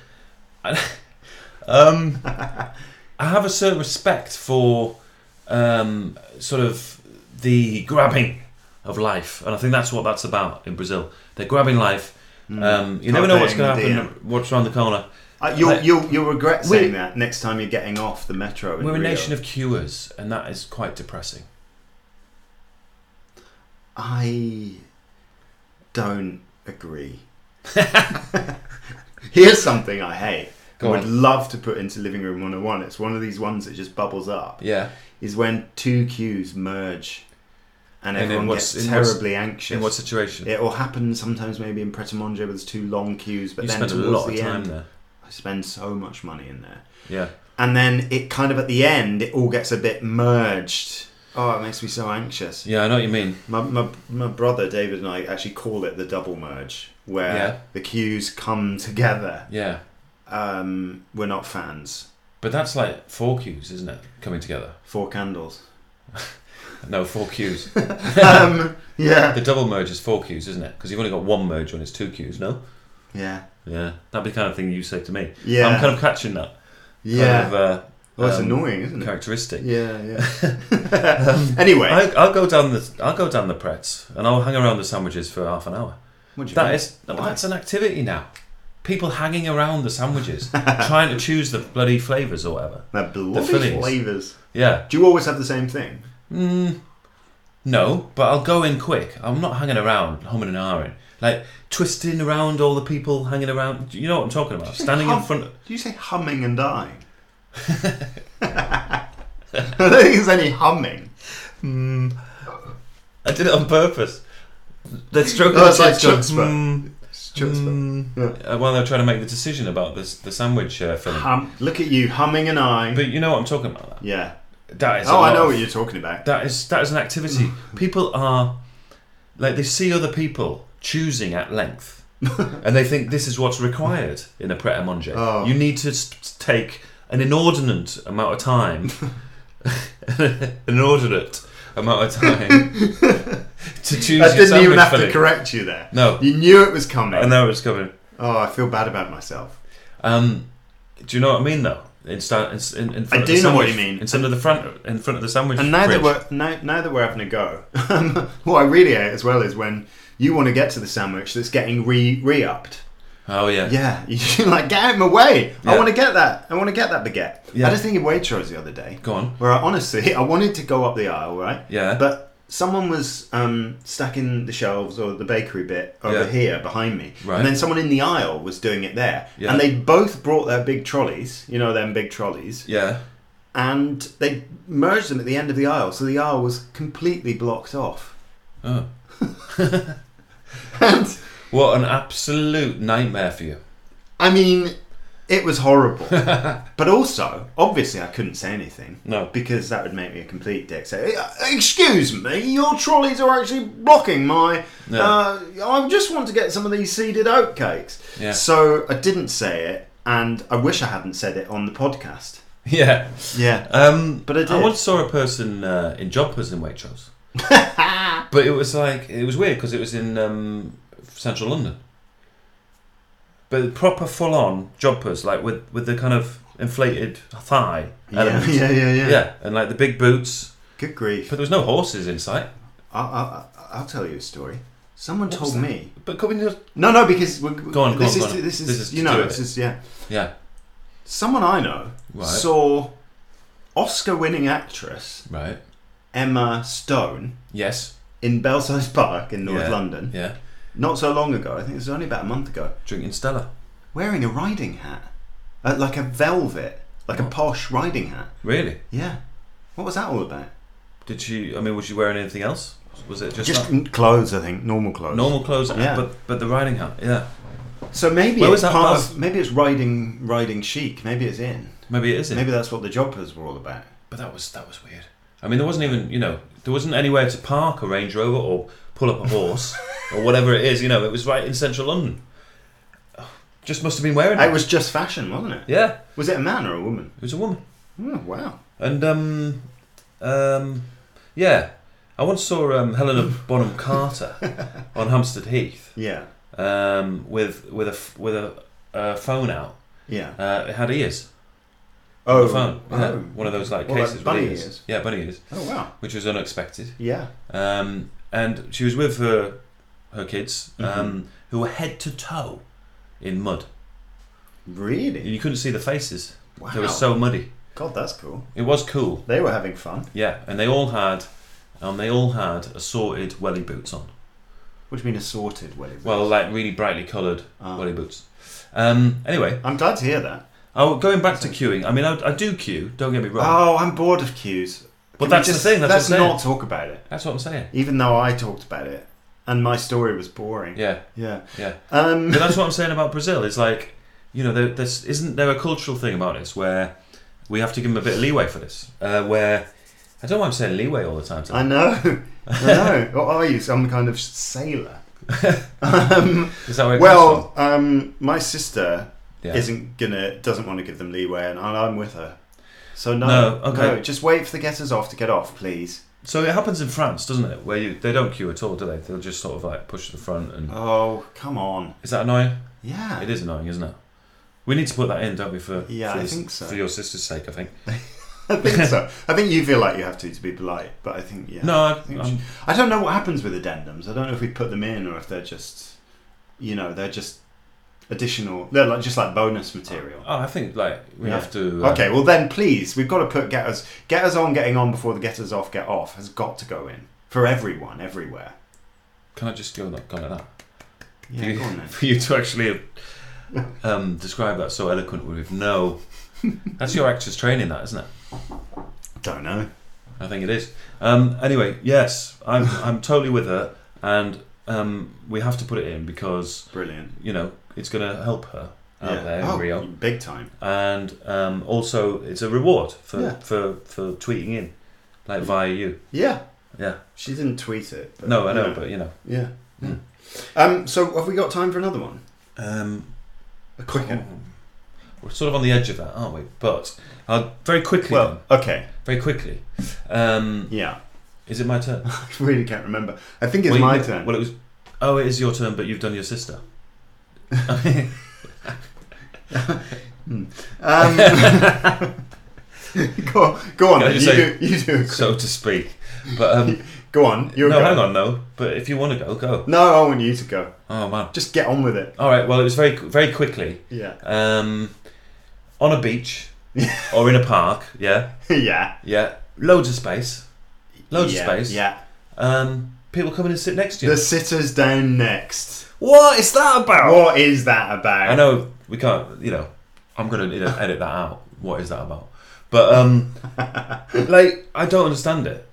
[SPEAKER 1] um, I have a certain respect for um, sort of the grabbing of life, and I think that's what that's about in Brazil. They're grabbing life.
[SPEAKER 2] Mm.
[SPEAKER 1] Um, you never know what's going to
[SPEAKER 2] Carpe
[SPEAKER 1] happen, what's around the corner.
[SPEAKER 2] Uh, you'll,
[SPEAKER 1] Like-
[SPEAKER 2] you'll, you'll regret
[SPEAKER 1] We're-
[SPEAKER 2] saying that next time you're getting off the uh, metro. In
[SPEAKER 1] We're a
[SPEAKER 2] Rio.
[SPEAKER 1] nation of cures, and that is quite depressing.
[SPEAKER 2] I don't agree. Here's something I hate. I
[SPEAKER 1] Go
[SPEAKER 2] would
[SPEAKER 1] on.
[SPEAKER 2] love to put into Living Room 101. It's one of these ones that just bubbles up.
[SPEAKER 1] Yeah.
[SPEAKER 2] Is when two queues merge
[SPEAKER 1] And
[SPEAKER 2] and
[SPEAKER 1] in
[SPEAKER 2] everyone
[SPEAKER 1] what's-
[SPEAKER 2] gets
[SPEAKER 1] in what's-
[SPEAKER 2] terribly anxious.
[SPEAKER 1] In what situation?
[SPEAKER 2] it will happen sometimes maybe in Pret a Manger where there's two long queues, but
[SPEAKER 1] you
[SPEAKER 2] then
[SPEAKER 1] spend a
[SPEAKER 2] towards
[SPEAKER 1] lot of
[SPEAKER 2] the
[SPEAKER 1] time
[SPEAKER 2] end,
[SPEAKER 1] there.
[SPEAKER 2] I spend so much money in there.
[SPEAKER 1] Yeah.
[SPEAKER 2] and then it kind of at the end it all gets a bit merged oh it makes me so anxious
[SPEAKER 1] Yeah, I know what you mean.
[SPEAKER 2] my, my, my brother david and i actually call it the double merge where
[SPEAKER 1] Yeah.
[SPEAKER 2] the cues come together
[SPEAKER 1] Yeah.
[SPEAKER 2] um, we're not fans
[SPEAKER 1] But that's like four cues, isn't it? Coming together.
[SPEAKER 2] four candles
[SPEAKER 1] No, four cues.
[SPEAKER 2] um, yeah
[SPEAKER 1] The double merge is four cues, isn't it? Because you've only got one merge when it's two cues, no?
[SPEAKER 2] yeah
[SPEAKER 1] Yeah. That'd be the kind of thing you say to me.
[SPEAKER 2] yeah
[SPEAKER 1] I'm kind of catching that.
[SPEAKER 2] yeah
[SPEAKER 1] Kind of, uh,
[SPEAKER 2] Well, it's
[SPEAKER 1] um,
[SPEAKER 2] annoying, isn't it?
[SPEAKER 1] characteristic.
[SPEAKER 2] Yeah, yeah. anyway,
[SPEAKER 1] I, I'll go down the I'll go down the Pretz and I'll hang around the sandwiches for half an hour.
[SPEAKER 2] what do you
[SPEAKER 1] That
[SPEAKER 2] think?
[SPEAKER 1] is that's an activity now. People hanging around the sandwiches, trying to choose the bloody flavors or whatever.
[SPEAKER 2] They're bloody
[SPEAKER 1] fillings.
[SPEAKER 2] flavors.
[SPEAKER 1] Yeah,
[SPEAKER 2] Do you always have the same thing?
[SPEAKER 1] Mm, no, but I'll go in quick. I'm not hanging around, humming and ahhing, like twisting around all the people hanging around. You know what I'm talking about? Standing in
[SPEAKER 2] Hum-
[SPEAKER 1] front. of...
[SPEAKER 2] Do you say humming and dying? I don't think there's any humming.
[SPEAKER 1] Mm. I did it on purpose. They're stroking.
[SPEAKER 2] No, it's
[SPEAKER 1] their
[SPEAKER 2] like
[SPEAKER 1] chins, going,
[SPEAKER 2] chutzpah.
[SPEAKER 1] "Mm,
[SPEAKER 2] It's just
[SPEAKER 1] mm,"
[SPEAKER 2] Yeah.
[SPEAKER 1] uh, while they're trying to make the decision about this the sandwich uh, filling.
[SPEAKER 2] hum- look at you humming and eyeing.
[SPEAKER 1] But you know what I'm talking about.
[SPEAKER 2] yeah.
[SPEAKER 1] That is. a
[SPEAKER 2] Oh, I
[SPEAKER 1] lot
[SPEAKER 2] know
[SPEAKER 1] of-
[SPEAKER 2] what you're talking about.
[SPEAKER 1] That is that is an activity. People are like they see other people choosing at length, and they think this is what's required in a pret a manger.
[SPEAKER 2] Oh.
[SPEAKER 1] You need to s- take an inordinate amount of time, an inordinate amount of time to choose
[SPEAKER 2] I
[SPEAKER 1] your
[SPEAKER 2] didn't
[SPEAKER 1] sandwich
[SPEAKER 2] even have to
[SPEAKER 1] filling.
[SPEAKER 2] correct you there.
[SPEAKER 1] No.
[SPEAKER 2] You knew it was coming.
[SPEAKER 1] I know it's coming.
[SPEAKER 2] Oh, I feel bad about myself.
[SPEAKER 1] Um, do you know what I mean though? In, sta- in, s- in, in front of
[SPEAKER 2] do
[SPEAKER 1] the
[SPEAKER 2] know what
[SPEAKER 1] sandwich-
[SPEAKER 2] you mean.
[SPEAKER 1] In front of the front, in front of the sandwich.
[SPEAKER 2] And now
[SPEAKER 1] fridge.
[SPEAKER 2] that, we're, now, now that we're having a go, what I really hate as well is when you want to get to the sandwich that's getting re re upped.
[SPEAKER 1] Oh yeah.
[SPEAKER 2] Yeah, you're like, get out of my way. I
[SPEAKER 1] Yeah.
[SPEAKER 2] want to get that. I want to get that baguette.
[SPEAKER 1] Yeah.
[SPEAKER 2] I just think of Waitrose the other day.
[SPEAKER 1] Go on.
[SPEAKER 2] Where I honestly, I wanted to go up the aisle, right?
[SPEAKER 1] Yeah.
[SPEAKER 2] But someone was um, stacking the shelves or the bakery bit over
[SPEAKER 1] Yeah.
[SPEAKER 2] here behind me.
[SPEAKER 1] Right.
[SPEAKER 2] And then someone in the aisle was doing it there.
[SPEAKER 1] Yeah.
[SPEAKER 2] And they both brought their big trolleys, you know, them big trolleys.
[SPEAKER 1] Yeah.
[SPEAKER 2] And they merged them at the end of the aisle. So the aisle was completely blocked off.
[SPEAKER 1] Oh.
[SPEAKER 2] And
[SPEAKER 1] What an absolute nightmare for you.
[SPEAKER 2] I mean, it was horrible. but also, obviously, I couldn't say anything.
[SPEAKER 1] No.
[SPEAKER 2] Because that would make me a complete dick. So, uh, excuse me, your trolleys are actually blocking my.
[SPEAKER 1] Yeah.
[SPEAKER 2] Uh, I just want to get some of these seeded oatcakes.
[SPEAKER 1] Yeah.
[SPEAKER 2] So I didn't say it, and I wish I hadn't said it on the podcast.
[SPEAKER 1] Yeah.
[SPEAKER 2] Yeah.
[SPEAKER 1] Um,
[SPEAKER 2] But I did.
[SPEAKER 1] once saw a person uh, in jumpers in Waitrose. but it was like it was weird because it was in um, central London. But proper full on jumpers, like with with the kind of inflated thigh
[SPEAKER 2] Yeah,
[SPEAKER 1] element.
[SPEAKER 2] yeah, yeah, yeah.
[SPEAKER 1] Yeah, and like the big boots.
[SPEAKER 2] Good grief.
[SPEAKER 1] But there was no horses in sight.
[SPEAKER 2] I, I, I'll tell you a story. Someone
[SPEAKER 1] What was
[SPEAKER 2] told
[SPEAKER 1] that?
[SPEAKER 2] me.
[SPEAKER 1] But could we just
[SPEAKER 2] No, no, because we're, go
[SPEAKER 1] on, go
[SPEAKER 2] this,
[SPEAKER 1] on,
[SPEAKER 2] is,
[SPEAKER 1] go on.
[SPEAKER 2] this is
[SPEAKER 1] This is
[SPEAKER 2] you
[SPEAKER 1] to
[SPEAKER 2] know
[SPEAKER 1] do
[SPEAKER 2] this
[SPEAKER 1] it.
[SPEAKER 2] is yeah.
[SPEAKER 1] Yeah.
[SPEAKER 2] Someone I know
[SPEAKER 1] Right.
[SPEAKER 2] saw Oscar-winning actress
[SPEAKER 1] Right.
[SPEAKER 2] Emma Stone
[SPEAKER 1] Yes.
[SPEAKER 2] in Belsize Park in North
[SPEAKER 1] Yeah.
[SPEAKER 2] London
[SPEAKER 1] Yeah.
[SPEAKER 2] not so long ago. I think it was only about a month ago.
[SPEAKER 1] Drinking Stella.
[SPEAKER 2] Wearing a riding hat, uh, like a velvet, like a
[SPEAKER 1] Oh.
[SPEAKER 2] posh riding hat.
[SPEAKER 1] Really?
[SPEAKER 2] Yeah. What was that all about?
[SPEAKER 1] Did she? I mean, was she wearing anything else? Was it just,
[SPEAKER 2] Just
[SPEAKER 1] that?
[SPEAKER 2] clothes, I think, normal clothes.
[SPEAKER 1] normal clothes?
[SPEAKER 2] Yeah.
[SPEAKER 1] But but the riding hat. Yeah.
[SPEAKER 2] So maybe
[SPEAKER 1] Where was
[SPEAKER 2] it's
[SPEAKER 1] that
[SPEAKER 2] part
[SPEAKER 1] bus?
[SPEAKER 2] of, maybe it's riding riding chic. Maybe it's in.
[SPEAKER 1] Maybe it isn't.
[SPEAKER 2] Maybe that's what the jobbers were all about.
[SPEAKER 1] But that was that was weird. I mean, there wasn't even you know there wasn't anywhere to park a Range Rover or pull up a horse or whatever it is. You know, it was right in central London. Just must have been wearing it.
[SPEAKER 2] It was just fashion, wasn't it?
[SPEAKER 1] yeah,
[SPEAKER 2] Was it a man or a woman?
[SPEAKER 1] it was a woman.
[SPEAKER 2] Oh, wow.
[SPEAKER 1] And um, um, yeah, I once saw um, Helena Bonham Carter on Hampstead Heath
[SPEAKER 2] Yeah.
[SPEAKER 1] um, with with a f- with a, a phone out.
[SPEAKER 2] Yeah.
[SPEAKER 1] Uh, it had ears.
[SPEAKER 2] Oh.
[SPEAKER 1] the phone. Yeah,
[SPEAKER 2] Oh.
[SPEAKER 1] one of those like
[SPEAKER 2] Well, like
[SPEAKER 1] cases
[SPEAKER 2] bunny
[SPEAKER 1] with ears.
[SPEAKER 2] ears.
[SPEAKER 1] Yeah, bunny ears,
[SPEAKER 2] Oh, wow.
[SPEAKER 1] which was unexpected.
[SPEAKER 2] Yeah.
[SPEAKER 1] um, and she was with her her kids, um,
[SPEAKER 2] Mm-hmm.
[SPEAKER 1] who were head to toe in mud.
[SPEAKER 2] Really?
[SPEAKER 1] You couldn't see the faces;
[SPEAKER 2] Wow.
[SPEAKER 1] they were so muddy.
[SPEAKER 2] God, that's cool.
[SPEAKER 1] It was cool,
[SPEAKER 2] They were having fun.
[SPEAKER 1] yeah. And they all had, um, they all had assorted welly boots on.
[SPEAKER 2] What do you mean assorted wedding?
[SPEAKER 1] Well, like really brightly coloured
[SPEAKER 2] Ah.
[SPEAKER 1] welly boots. Um, anyway,
[SPEAKER 2] I'm glad to hear that.
[SPEAKER 1] oh, going back to queuing. I mean, I, I do queue. Don't get me wrong.
[SPEAKER 2] Oh, I'm bored of queues.
[SPEAKER 1] But
[SPEAKER 2] Can we
[SPEAKER 1] that's the thing, that's
[SPEAKER 2] let's
[SPEAKER 1] what I'm
[SPEAKER 2] not talk about it.
[SPEAKER 1] That's what I'm saying.
[SPEAKER 2] Even though I talked about it, and my story was boring.
[SPEAKER 1] Yeah,
[SPEAKER 2] Yeah.
[SPEAKER 1] yeah.
[SPEAKER 2] Um.
[SPEAKER 1] but that's what I'm saying about Brazil. It's like, you know, there, there's isn't there a cultural thing about this where we have to give them a bit of leeway for this? Uh, where I don't know why I'm saying leeway all the time.
[SPEAKER 2] I know. I know. what are you? Some kind of sailor? um,
[SPEAKER 1] Is that where it comes
[SPEAKER 2] well, um, my sister
[SPEAKER 1] from? Yeah.
[SPEAKER 2] isn't gonna doesn't want to give them leeway, and I- I'm with her. So no,
[SPEAKER 1] No, okay.
[SPEAKER 2] no, just wait for the getters off to get off, please.
[SPEAKER 1] so it happens in France, doesn't it? Where you they don't queue at all, do they? They'll just Mm. sort of like push to the front and
[SPEAKER 2] Oh, come on.
[SPEAKER 1] is that annoying?
[SPEAKER 2] Yeah.
[SPEAKER 1] It is annoying, isn't it? We need to put that in, don't we? For
[SPEAKER 2] Yeah,
[SPEAKER 1] for
[SPEAKER 2] I
[SPEAKER 1] this-
[SPEAKER 2] think so.
[SPEAKER 1] For your sister's sake, I think.
[SPEAKER 2] I think so. I think you feel like you have to to be polite, but I think yeah.
[SPEAKER 1] No, I,
[SPEAKER 2] I, think we
[SPEAKER 1] I'm-
[SPEAKER 2] should- I don't know what happens with addendums. I don't know if we put them in or if they're just, you know, they're just additional. They're like just like bonus material.
[SPEAKER 1] oh, I think like we
[SPEAKER 2] Yeah.
[SPEAKER 1] have to. uh,
[SPEAKER 2] Okay, well then, please, we've got to put get us get us on getting on before the get us off get off has got to go in for everyone everywhere.
[SPEAKER 1] Can I just go like, go like that?
[SPEAKER 2] Yeah,
[SPEAKER 1] for, you,
[SPEAKER 2] go on then.
[SPEAKER 1] for you to actually um, describe that so eloquently with no. That's your actor's training, that isn't it?
[SPEAKER 2] Don't know.
[SPEAKER 1] I think it is. Um, anyway, yes, I'm I'm totally with her, and um, we have to put it in because
[SPEAKER 2] Brilliant.
[SPEAKER 1] you know it's going to help her out there in
[SPEAKER 2] oh,
[SPEAKER 1] Rio,
[SPEAKER 2] big time.
[SPEAKER 1] and um, also it's a reward for,
[SPEAKER 2] Yeah.
[SPEAKER 1] for for tweeting in, like via you.
[SPEAKER 2] Yeah,
[SPEAKER 1] Yeah.
[SPEAKER 2] she didn't tweet it. But,
[SPEAKER 1] No, I know,
[SPEAKER 2] you
[SPEAKER 1] but you know.
[SPEAKER 2] yeah.
[SPEAKER 1] Hmm.
[SPEAKER 2] Um, so have we got time for another one?
[SPEAKER 1] Um,
[SPEAKER 2] A quick one.
[SPEAKER 1] We're sort of on the edge of that, aren't we? But I'll very quickly,
[SPEAKER 2] Well, okay.
[SPEAKER 1] then, very quickly. Um,
[SPEAKER 2] Yeah.
[SPEAKER 1] is it my turn?
[SPEAKER 2] I really can't remember. I think it's
[SPEAKER 1] Well, you-
[SPEAKER 2] my turn.
[SPEAKER 1] Well, it was. Oh, it is your turn, but you've done your sister.
[SPEAKER 2] Um, go, go on.
[SPEAKER 1] Can I
[SPEAKER 2] then. You,
[SPEAKER 1] just say-
[SPEAKER 2] do, you do. a
[SPEAKER 1] so to speak. But um,
[SPEAKER 2] quick- Go on. You're
[SPEAKER 1] no,
[SPEAKER 2] go.
[SPEAKER 1] hang on though. But if you want to go, go.
[SPEAKER 2] No, I want you to go.
[SPEAKER 1] Oh man.
[SPEAKER 2] Just get on with it.
[SPEAKER 1] All right. Well, it was very very quickly.
[SPEAKER 2] Yeah.
[SPEAKER 1] Um, on a beach or in a park. Yeah,
[SPEAKER 2] yeah.
[SPEAKER 1] yeah. Loads of space. Loads
[SPEAKER 2] yeah.
[SPEAKER 1] of space.
[SPEAKER 2] Yeah.
[SPEAKER 1] Um, people come in and sit next to you.
[SPEAKER 2] The sitters down next.
[SPEAKER 1] What is that about?
[SPEAKER 2] What is that about?
[SPEAKER 1] Oh. I know we can't. You know, I'm gonna you know, edit that out. What is that about? But um, like I don't understand it.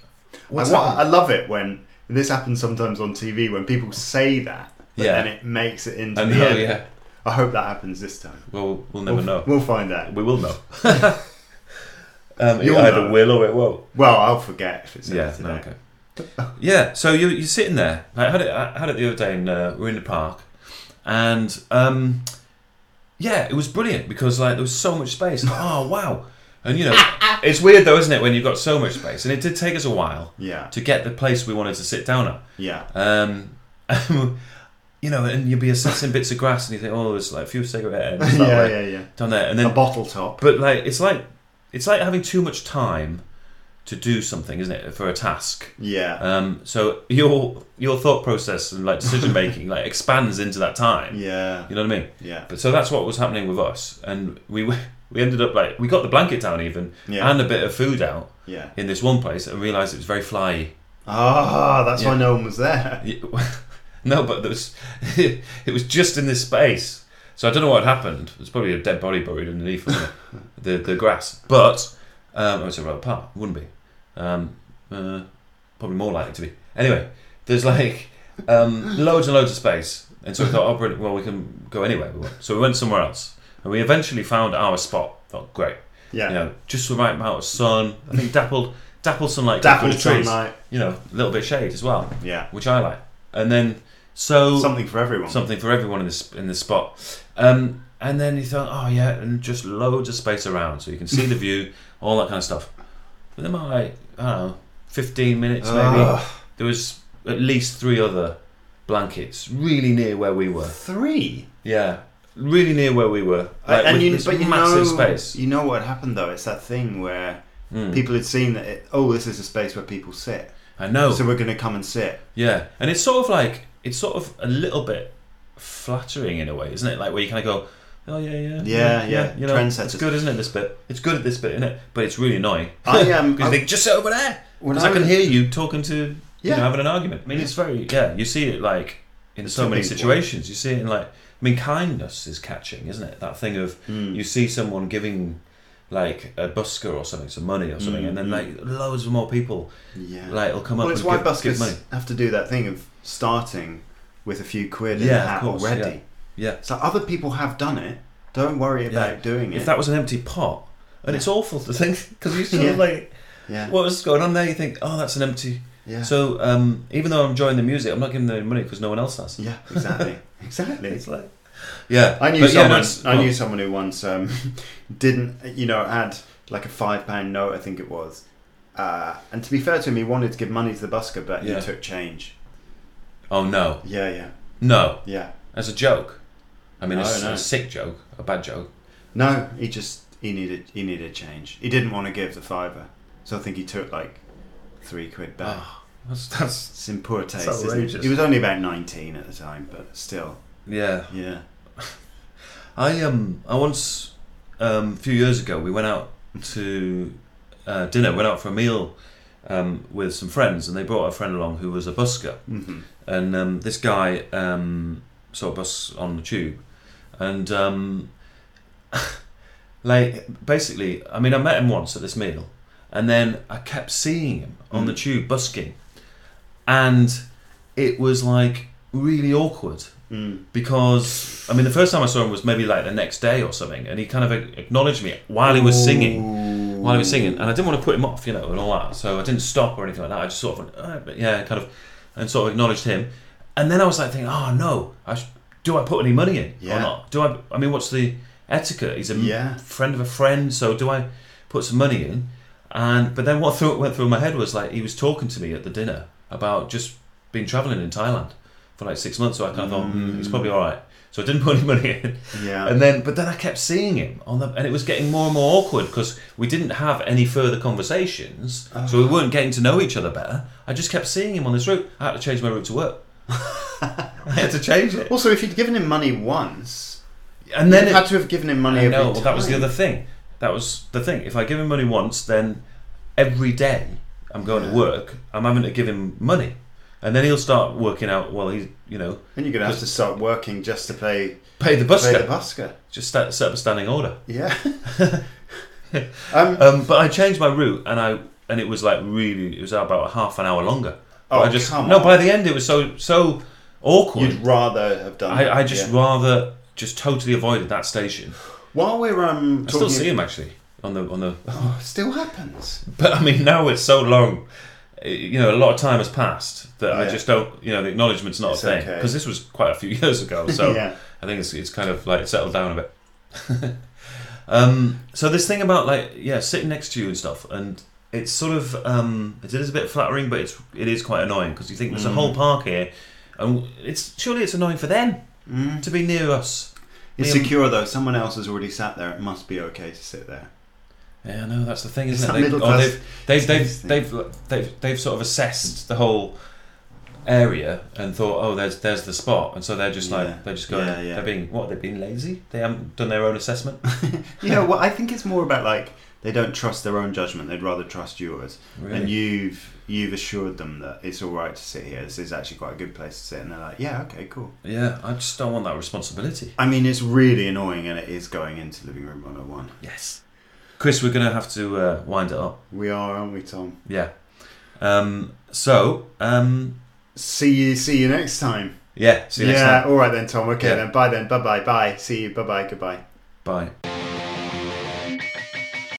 [SPEAKER 1] What's
[SPEAKER 2] I, wa-
[SPEAKER 1] that?
[SPEAKER 2] I love it when this happens sometimes on TV when people say that, but
[SPEAKER 1] Yeah.
[SPEAKER 2] then it makes it into
[SPEAKER 1] And
[SPEAKER 2] the
[SPEAKER 1] oh
[SPEAKER 2] end.
[SPEAKER 1] yeah,
[SPEAKER 2] I hope that happens this time.
[SPEAKER 1] well we'll never
[SPEAKER 2] we'll,
[SPEAKER 1] know.
[SPEAKER 2] We'll find out.
[SPEAKER 1] We will know. um, it
[SPEAKER 2] You'll
[SPEAKER 1] either
[SPEAKER 2] know.
[SPEAKER 1] will or it won't.
[SPEAKER 2] Well, I'll forget if it's yeah,
[SPEAKER 1] Yeah.
[SPEAKER 2] today.
[SPEAKER 1] No, okay. Yeah. So you you're sitting there. I had it. I had it the other day. In, uh, we we're in the park, and um, yeah, it was brilliant because like there was so much space. oh wow! And you know, it's weird though, isn't it, when you've got so much space? And it did take us a while
[SPEAKER 2] Yeah,
[SPEAKER 1] to get the place we wanted to sit down at.
[SPEAKER 2] yeah,
[SPEAKER 1] Um, you know, and you'd be assessing bits of grass, and you think, oh, there's like a few cigarette ends that
[SPEAKER 2] yeah,
[SPEAKER 1] way,
[SPEAKER 2] yeah, yeah.
[SPEAKER 1] down there, and
[SPEAKER 2] A
[SPEAKER 1] then
[SPEAKER 2] bottle top.
[SPEAKER 1] but like it's like it's like having too much time to do something, isn't it, for a task?
[SPEAKER 2] Yeah,
[SPEAKER 1] Um, so your your thought process and like decision making like expands into that time.
[SPEAKER 2] yeah,
[SPEAKER 1] You know what I mean?
[SPEAKER 2] yeah,
[SPEAKER 1] But so that's what was happening with us, and we we ended up like we got the blanket down even
[SPEAKER 2] yeah,
[SPEAKER 1] and a bit of food out
[SPEAKER 2] yeah.
[SPEAKER 1] in this one place, and realised it was very flyy.
[SPEAKER 2] Ah, that's why
[SPEAKER 1] Yeah.
[SPEAKER 2] no one was there.
[SPEAKER 1] no, but there was it was just in this space. So I don't know what had happened. There's probably a dead body buried underneath the, the, the grass. But um, I was about apart. Wouldn't be. Um, uh, probably more likely to be. Anyway, there's like um, loads and loads of space, and so we thought, oh, brilliant, well, we can go anywhere. We want. So we went somewhere else, and we eventually found our spot. Thought great,
[SPEAKER 2] Yeah,
[SPEAKER 1] you know, just the right amount of sun. I think dappled, dappled sunlight, came through
[SPEAKER 2] dappled
[SPEAKER 1] the trees.
[SPEAKER 2] sunlight.
[SPEAKER 1] You know, a little bit of shade as well
[SPEAKER 2] Yeah,
[SPEAKER 1] which I like. And then so something,
[SPEAKER 2] something for everyone.
[SPEAKER 1] for everyone in this in this spot. Um, and then you thought, oh yeah, and just loads of space around, so you can see the view, all that kind of stuff. But then, about, like I don't know, fifteen minutes maybe,
[SPEAKER 2] Ugh.
[SPEAKER 1] there was at least three other blankets really near where we were.
[SPEAKER 2] three.
[SPEAKER 1] Yeah, really near where we were. Like,
[SPEAKER 2] and
[SPEAKER 1] with
[SPEAKER 2] you,
[SPEAKER 1] this
[SPEAKER 2] but you know,
[SPEAKER 1] massive space.
[SPEAKER 2] you know what happened though. It's that thing where
[SPEAKER 1] Mm.
[SPEAKER 2] people had seen that. It, oh, this is a space where people sit.
[SPEAKER 1] I know.
[SPEAKER 2] So we're going to come and sit.
[SPEAKER 1] Yeah, and it's sort of like it's sort of a little bit flattering in a way, isn't it? Like where you kind of go, oh yeah, yeah,
[SPEAKER 2] Yeah, yeah,
[SPEAKER 1] You know,
[SPEAKER 2] trendsetters.
[SPEAKER 1] it's good, isn't it? This bit, it's good at this bit, isn't it? But it's really annoying.
[SPEAKER 2] I am.
[SPEAKER 1] because
[SPEAKER 2] I-
[SPEAKER 1] you think just sit over there
[SPEAKER 2] when
[SPEAKER 1] because I, can
[SPEAKER 2] was-
[SPEAKER 1] hear you talking to
[SPEAKER 2] Yeah.
[SPEAKER 1] you know having an argument. I mean, it's very yeah. You see it like in so
[SPEAKER 2] To
[SPEAKER 1] many
[SPEAKER 2] people.
[SPEAKER 1] situations. You see it in like I mean, kindness is catching, isn't it? That thing of
[SPEAKER 2] Mm.
[SPEAKER 1] you see someone giving like a busker or something some money or something,
[SPEAKER 2] Mm,
[SPEAKER 1] and then
[SPEAKER 2] mm.
[SPEAKER 1] like loads of more people
[SPEAKER 2] yeah.
[SPEAKER 1] like will come
[SPEAKER 2] Well,
[SPEAKER 1] up
[SPEAKER 2] it's
[SPEAKER 1] and
[SPEAKER 2] why
[SPEAKER 1] give, give money.
[SPEAKER 2] buskers have to do that thing of starting with a few quid in
[SPEAKER 1] Yeah,
[SPEAKER 2] the
[SPEAKER 1] of
[SPEAKER 2] hat
[SPEAKER 1] course,
[SPEAKER 2] already.
[SPEAKER 1] Yeah.
[SPEAKER 2] So other people have done it. Don't worry
[SPEAKER 1] Yeah.
[SPEAKER 2] about doing
[SPEAKER 1] if
[SPEAKER 2] it.
[SPEAKER 1] that was an empty pot, and it's awful to think because you sort of
[SPEAKER 2] Yeah.
[SPEAKER 1] like
[SPEAKER 2] yeah,
[SPEAKER 1] what was going on there. You think, oh, that's an empty.
[SPEAKER 2] yeah,
[SPEAKER 1] So um, even though I'm enjoying the music, I'm not giving them any money because no one else has.
[SPEAKER 2] yeah, exactly, exactly.
[SPEAKER 1] It's like, yeah,
[SPEAKER 2] I knew
[SPEAKER 1] But yeah, no,
[SPEAKER 2] someone.
[SPEAKER 1] it's-
[SPEAKER 2] I knew someone who once um, didn't, you know, had like a five pound note. I think it was. Uh, and to be fair to him, he wanted to give money to the busker, but
[SPEAKER 1] Yeah.
[SPEAKER 2] he took change.
[SPEAKER 1] Oh no,
[SPEAKER 2] Yeah, yeah,
[SPEAKER 1] no,
[SPEAKER 2] yeah.
[SPEAKER 1] that's a joke. I mean,
[SPEAKER 2] No,
[SPEAKER 1] it's
[SPEAKER 2] Oh, no.
[SPEAKER 1] a sick joke, a bad joke.
[SPEAKER 2] No, he just he needed he needed a change. He didn't want to give the fiver, so I think he took like three quid back.
[SPEAKER 1] Oh, that's, that's
[SPEAKER 2] It's in poor taste.
[SPEAKER 1] That's
[SPEAKER 2] isn't it?
[SPEAKER 1] outrageous.
[SPEAKER 2] He was only about nineteen at the time, but still,
[SPEAKER 1] yeah.
[SPEAKER 2] yeah.
[SPEAKER 1] I um I once um a few years ago we went out to uh, dinner, went out for a meal um, with some friends, and they brought a friend along who was a busker,
[SPEAKER 2] Mm-hmm.
[SPEAKER 1] and um, this guy um, saw a bus on the tube, and um, like basically, I mean, I met him once at this meal, and then I kept seeing him on the
[SPEAKER 2] Mm.
[SPEAKER 1] tube busking, and it was like really awkward
[SPEAKER 2] Mm.
[SPEAKER 1] because I mean the first time I saw him was maybe like the next day or something, and he kind of a- acknowledged me while he was singing, while he was singing, uh, and I didn't want to put him off, you know, and all that, so I didn't stop or anything like that. I just sort of went, "Ah," but yeah, kind of, and sort of acknowledged him, and then I was like thinking, oh no, I sh- do I put any money in
[SPEAKER 2] Yeah.
[SPEAKER 1] or not? Do I? I mean, what's the etiquette? He's a m-
[SPEAKER 2] Yeah.
[SPEAKER 1] friend of a friend, so do I put some money in? And but then what thought went through my head was like he was talking to me at the dinner about just been traveling in Thailand for like six months, so I kind of thought mm, it's probably all right. So I didn't put any money in,
[SPEAKER 2] Yeah.
[SPEAKER 1] and then but then I kept seeing him on the, and it was getting more and more awkward because we didn't have any further conversations, so we weren't getting to know each other better. I just kept seeing him on this route. I had to change my route to work. I had to change it,
[SPEAKER 2] also, if you'd given him money once,
[SPEAKER 1] and then
[SPEAKER 2] you
[SPEAKER 1] it,
[SPEAKER 2] had to have given him money
[SPEAKER 1] I
[SPEAKER 2] every
[SPEAKER 1] know. Well, that was the
[SPEAKER 2] time.
[SPEAKER 1] other thing. That was the thing. If I give him money once, then every day I'm going
[SPEAKER 2] Yeah.
[SPEAKER 1] to work. I'm having to give him money, and then he'll start working out. Well, he's you know
[SPEAKER 2] And you're gonna have to start working just to play
[SPEAKER 1] pay the
[SPEAKER 2] play
[SPEAKER 1] busker.
[SPEAKER 2] the busker.
[SPEAKER 1] Just start, set up a standing order.
[SPEAKER 2] Yeah. um,
[SPEAKER 1] Um, but I changed my route, and I and it was like really. It was about half an hour longer. But I
[SPEAKER 2] Oh,
[SPEAKER 1] just
[SPEAKER 2] come
[SPEAKER 1] no.
[SPEAKER 2] on.
[SPEAKER 1] By the end, it was so so awkward.
[SPEAKER 2] you'd rather have done.
[SPEAKER 1] I, I
[SPEAKER 2] that,
[SPEAKER 1] just
[SPEAKER 2] yeah.
[SPEAKER 1] rather just totally avoided that station.
[SPEAKER 2] while we're um
[SPEAKER 1] I still
[SPEAKER 2] talking-
[SPEAKER 1] see him actually on the on the
[SPEAKER 2] Oh, it still happens.
[SPEAKER 1] But I mean, now it's so long. i- You know, a lot of time has passed that I
[SPEAKER 2] Yeah.
[SPEAKER 1] just don't. You know, the acknowledgement's not
[SPEAKER 2] It's
[SPEAKER 1] a thing
[SPEAKER 2] okay.
[SPEAKER 1] because this was quite a few years ago. So
[SPEAKER 2] yeah.
[SPEAKER 1] I think it's it's kind of like settled down a bit. um, so this thing about like yeah, sitting next to you and stuff, and it's sort of um, it is a bit flattering, but it's it is quite annoying because you think there's a
[SPEAKER 2] Mm.
[SPEAKER 1] whole park here, and it's surely it's annoying for them
[SPEAKER 2] Mm.
[SPEAKER 1] to be near us.
[SPEAKER 2] It's
[SPEAKER 1] Liam-
[SPEAKER 2] secure though. Someone else has already sat there. It must be okay to sit there.
[SPEAKER 1] Yeah, no, that's the thing,
[SPEAKER 2] It's
[SPEAKER 1] isn't
[SPEAKER 2] that
[SPEAKER 1] it?
[SPEAKER 2] middle
[SPEAKER 1] or
[SPEAKER 2] class
[SPEAKER 1] they've
[SPEAKER 2] taste
[SPEAKER 1] they've,
[SPEAKER 2] thing.
[SPEAKER 1] they've they've they've sort of assessed the whole area and thought, oh, there's there's the spot, and so they're just
[SPEAKER 2] Yeah.
[SPEAKER 1] like they're just going,
[SPEAKER 2] Yeah, yeah.
[SPEAKER 1] they're being what they've been lazy. They haven't done their own assessment.
[SPEAKER 2] Yeah. Well, I think it's more about like they don't trust their own judgment. They'd rather trust yours.
[SPEAKER 1] Really.
[SPEAKER 2] And you've you've assured them that it's all right to sit here. This is actually quite a good place to sit. And they're like, yeah, okay, cool.
[SPEAKER 1] yeah, I just don't want that responsibility.
[SPEAKER 2] I mean, it's really annoying, and it is going into living room 101.
[SPEAKER 1] Yes, Chris, we're gonna have to uh, wind it up.
[SPEAKER 2] We are, aren't we, Tom?
[SPEAKER 1] Yeah. Um. So. Um.
[SPEAKER 2] See you. See you next time.
[SPEAKER 1] Yeah. See you
[SPEAKER 2] yeah.
[SPEAKER 1] next time.
[SPEAKER 2] All right then, Tom. Okay
[SPEAKER 1] Yeah.
[SPEAKER 2] then. Bye then. Bye bye. Bye. See you. Bye bye. Goodbye.
[SPEAKER 1] Bye.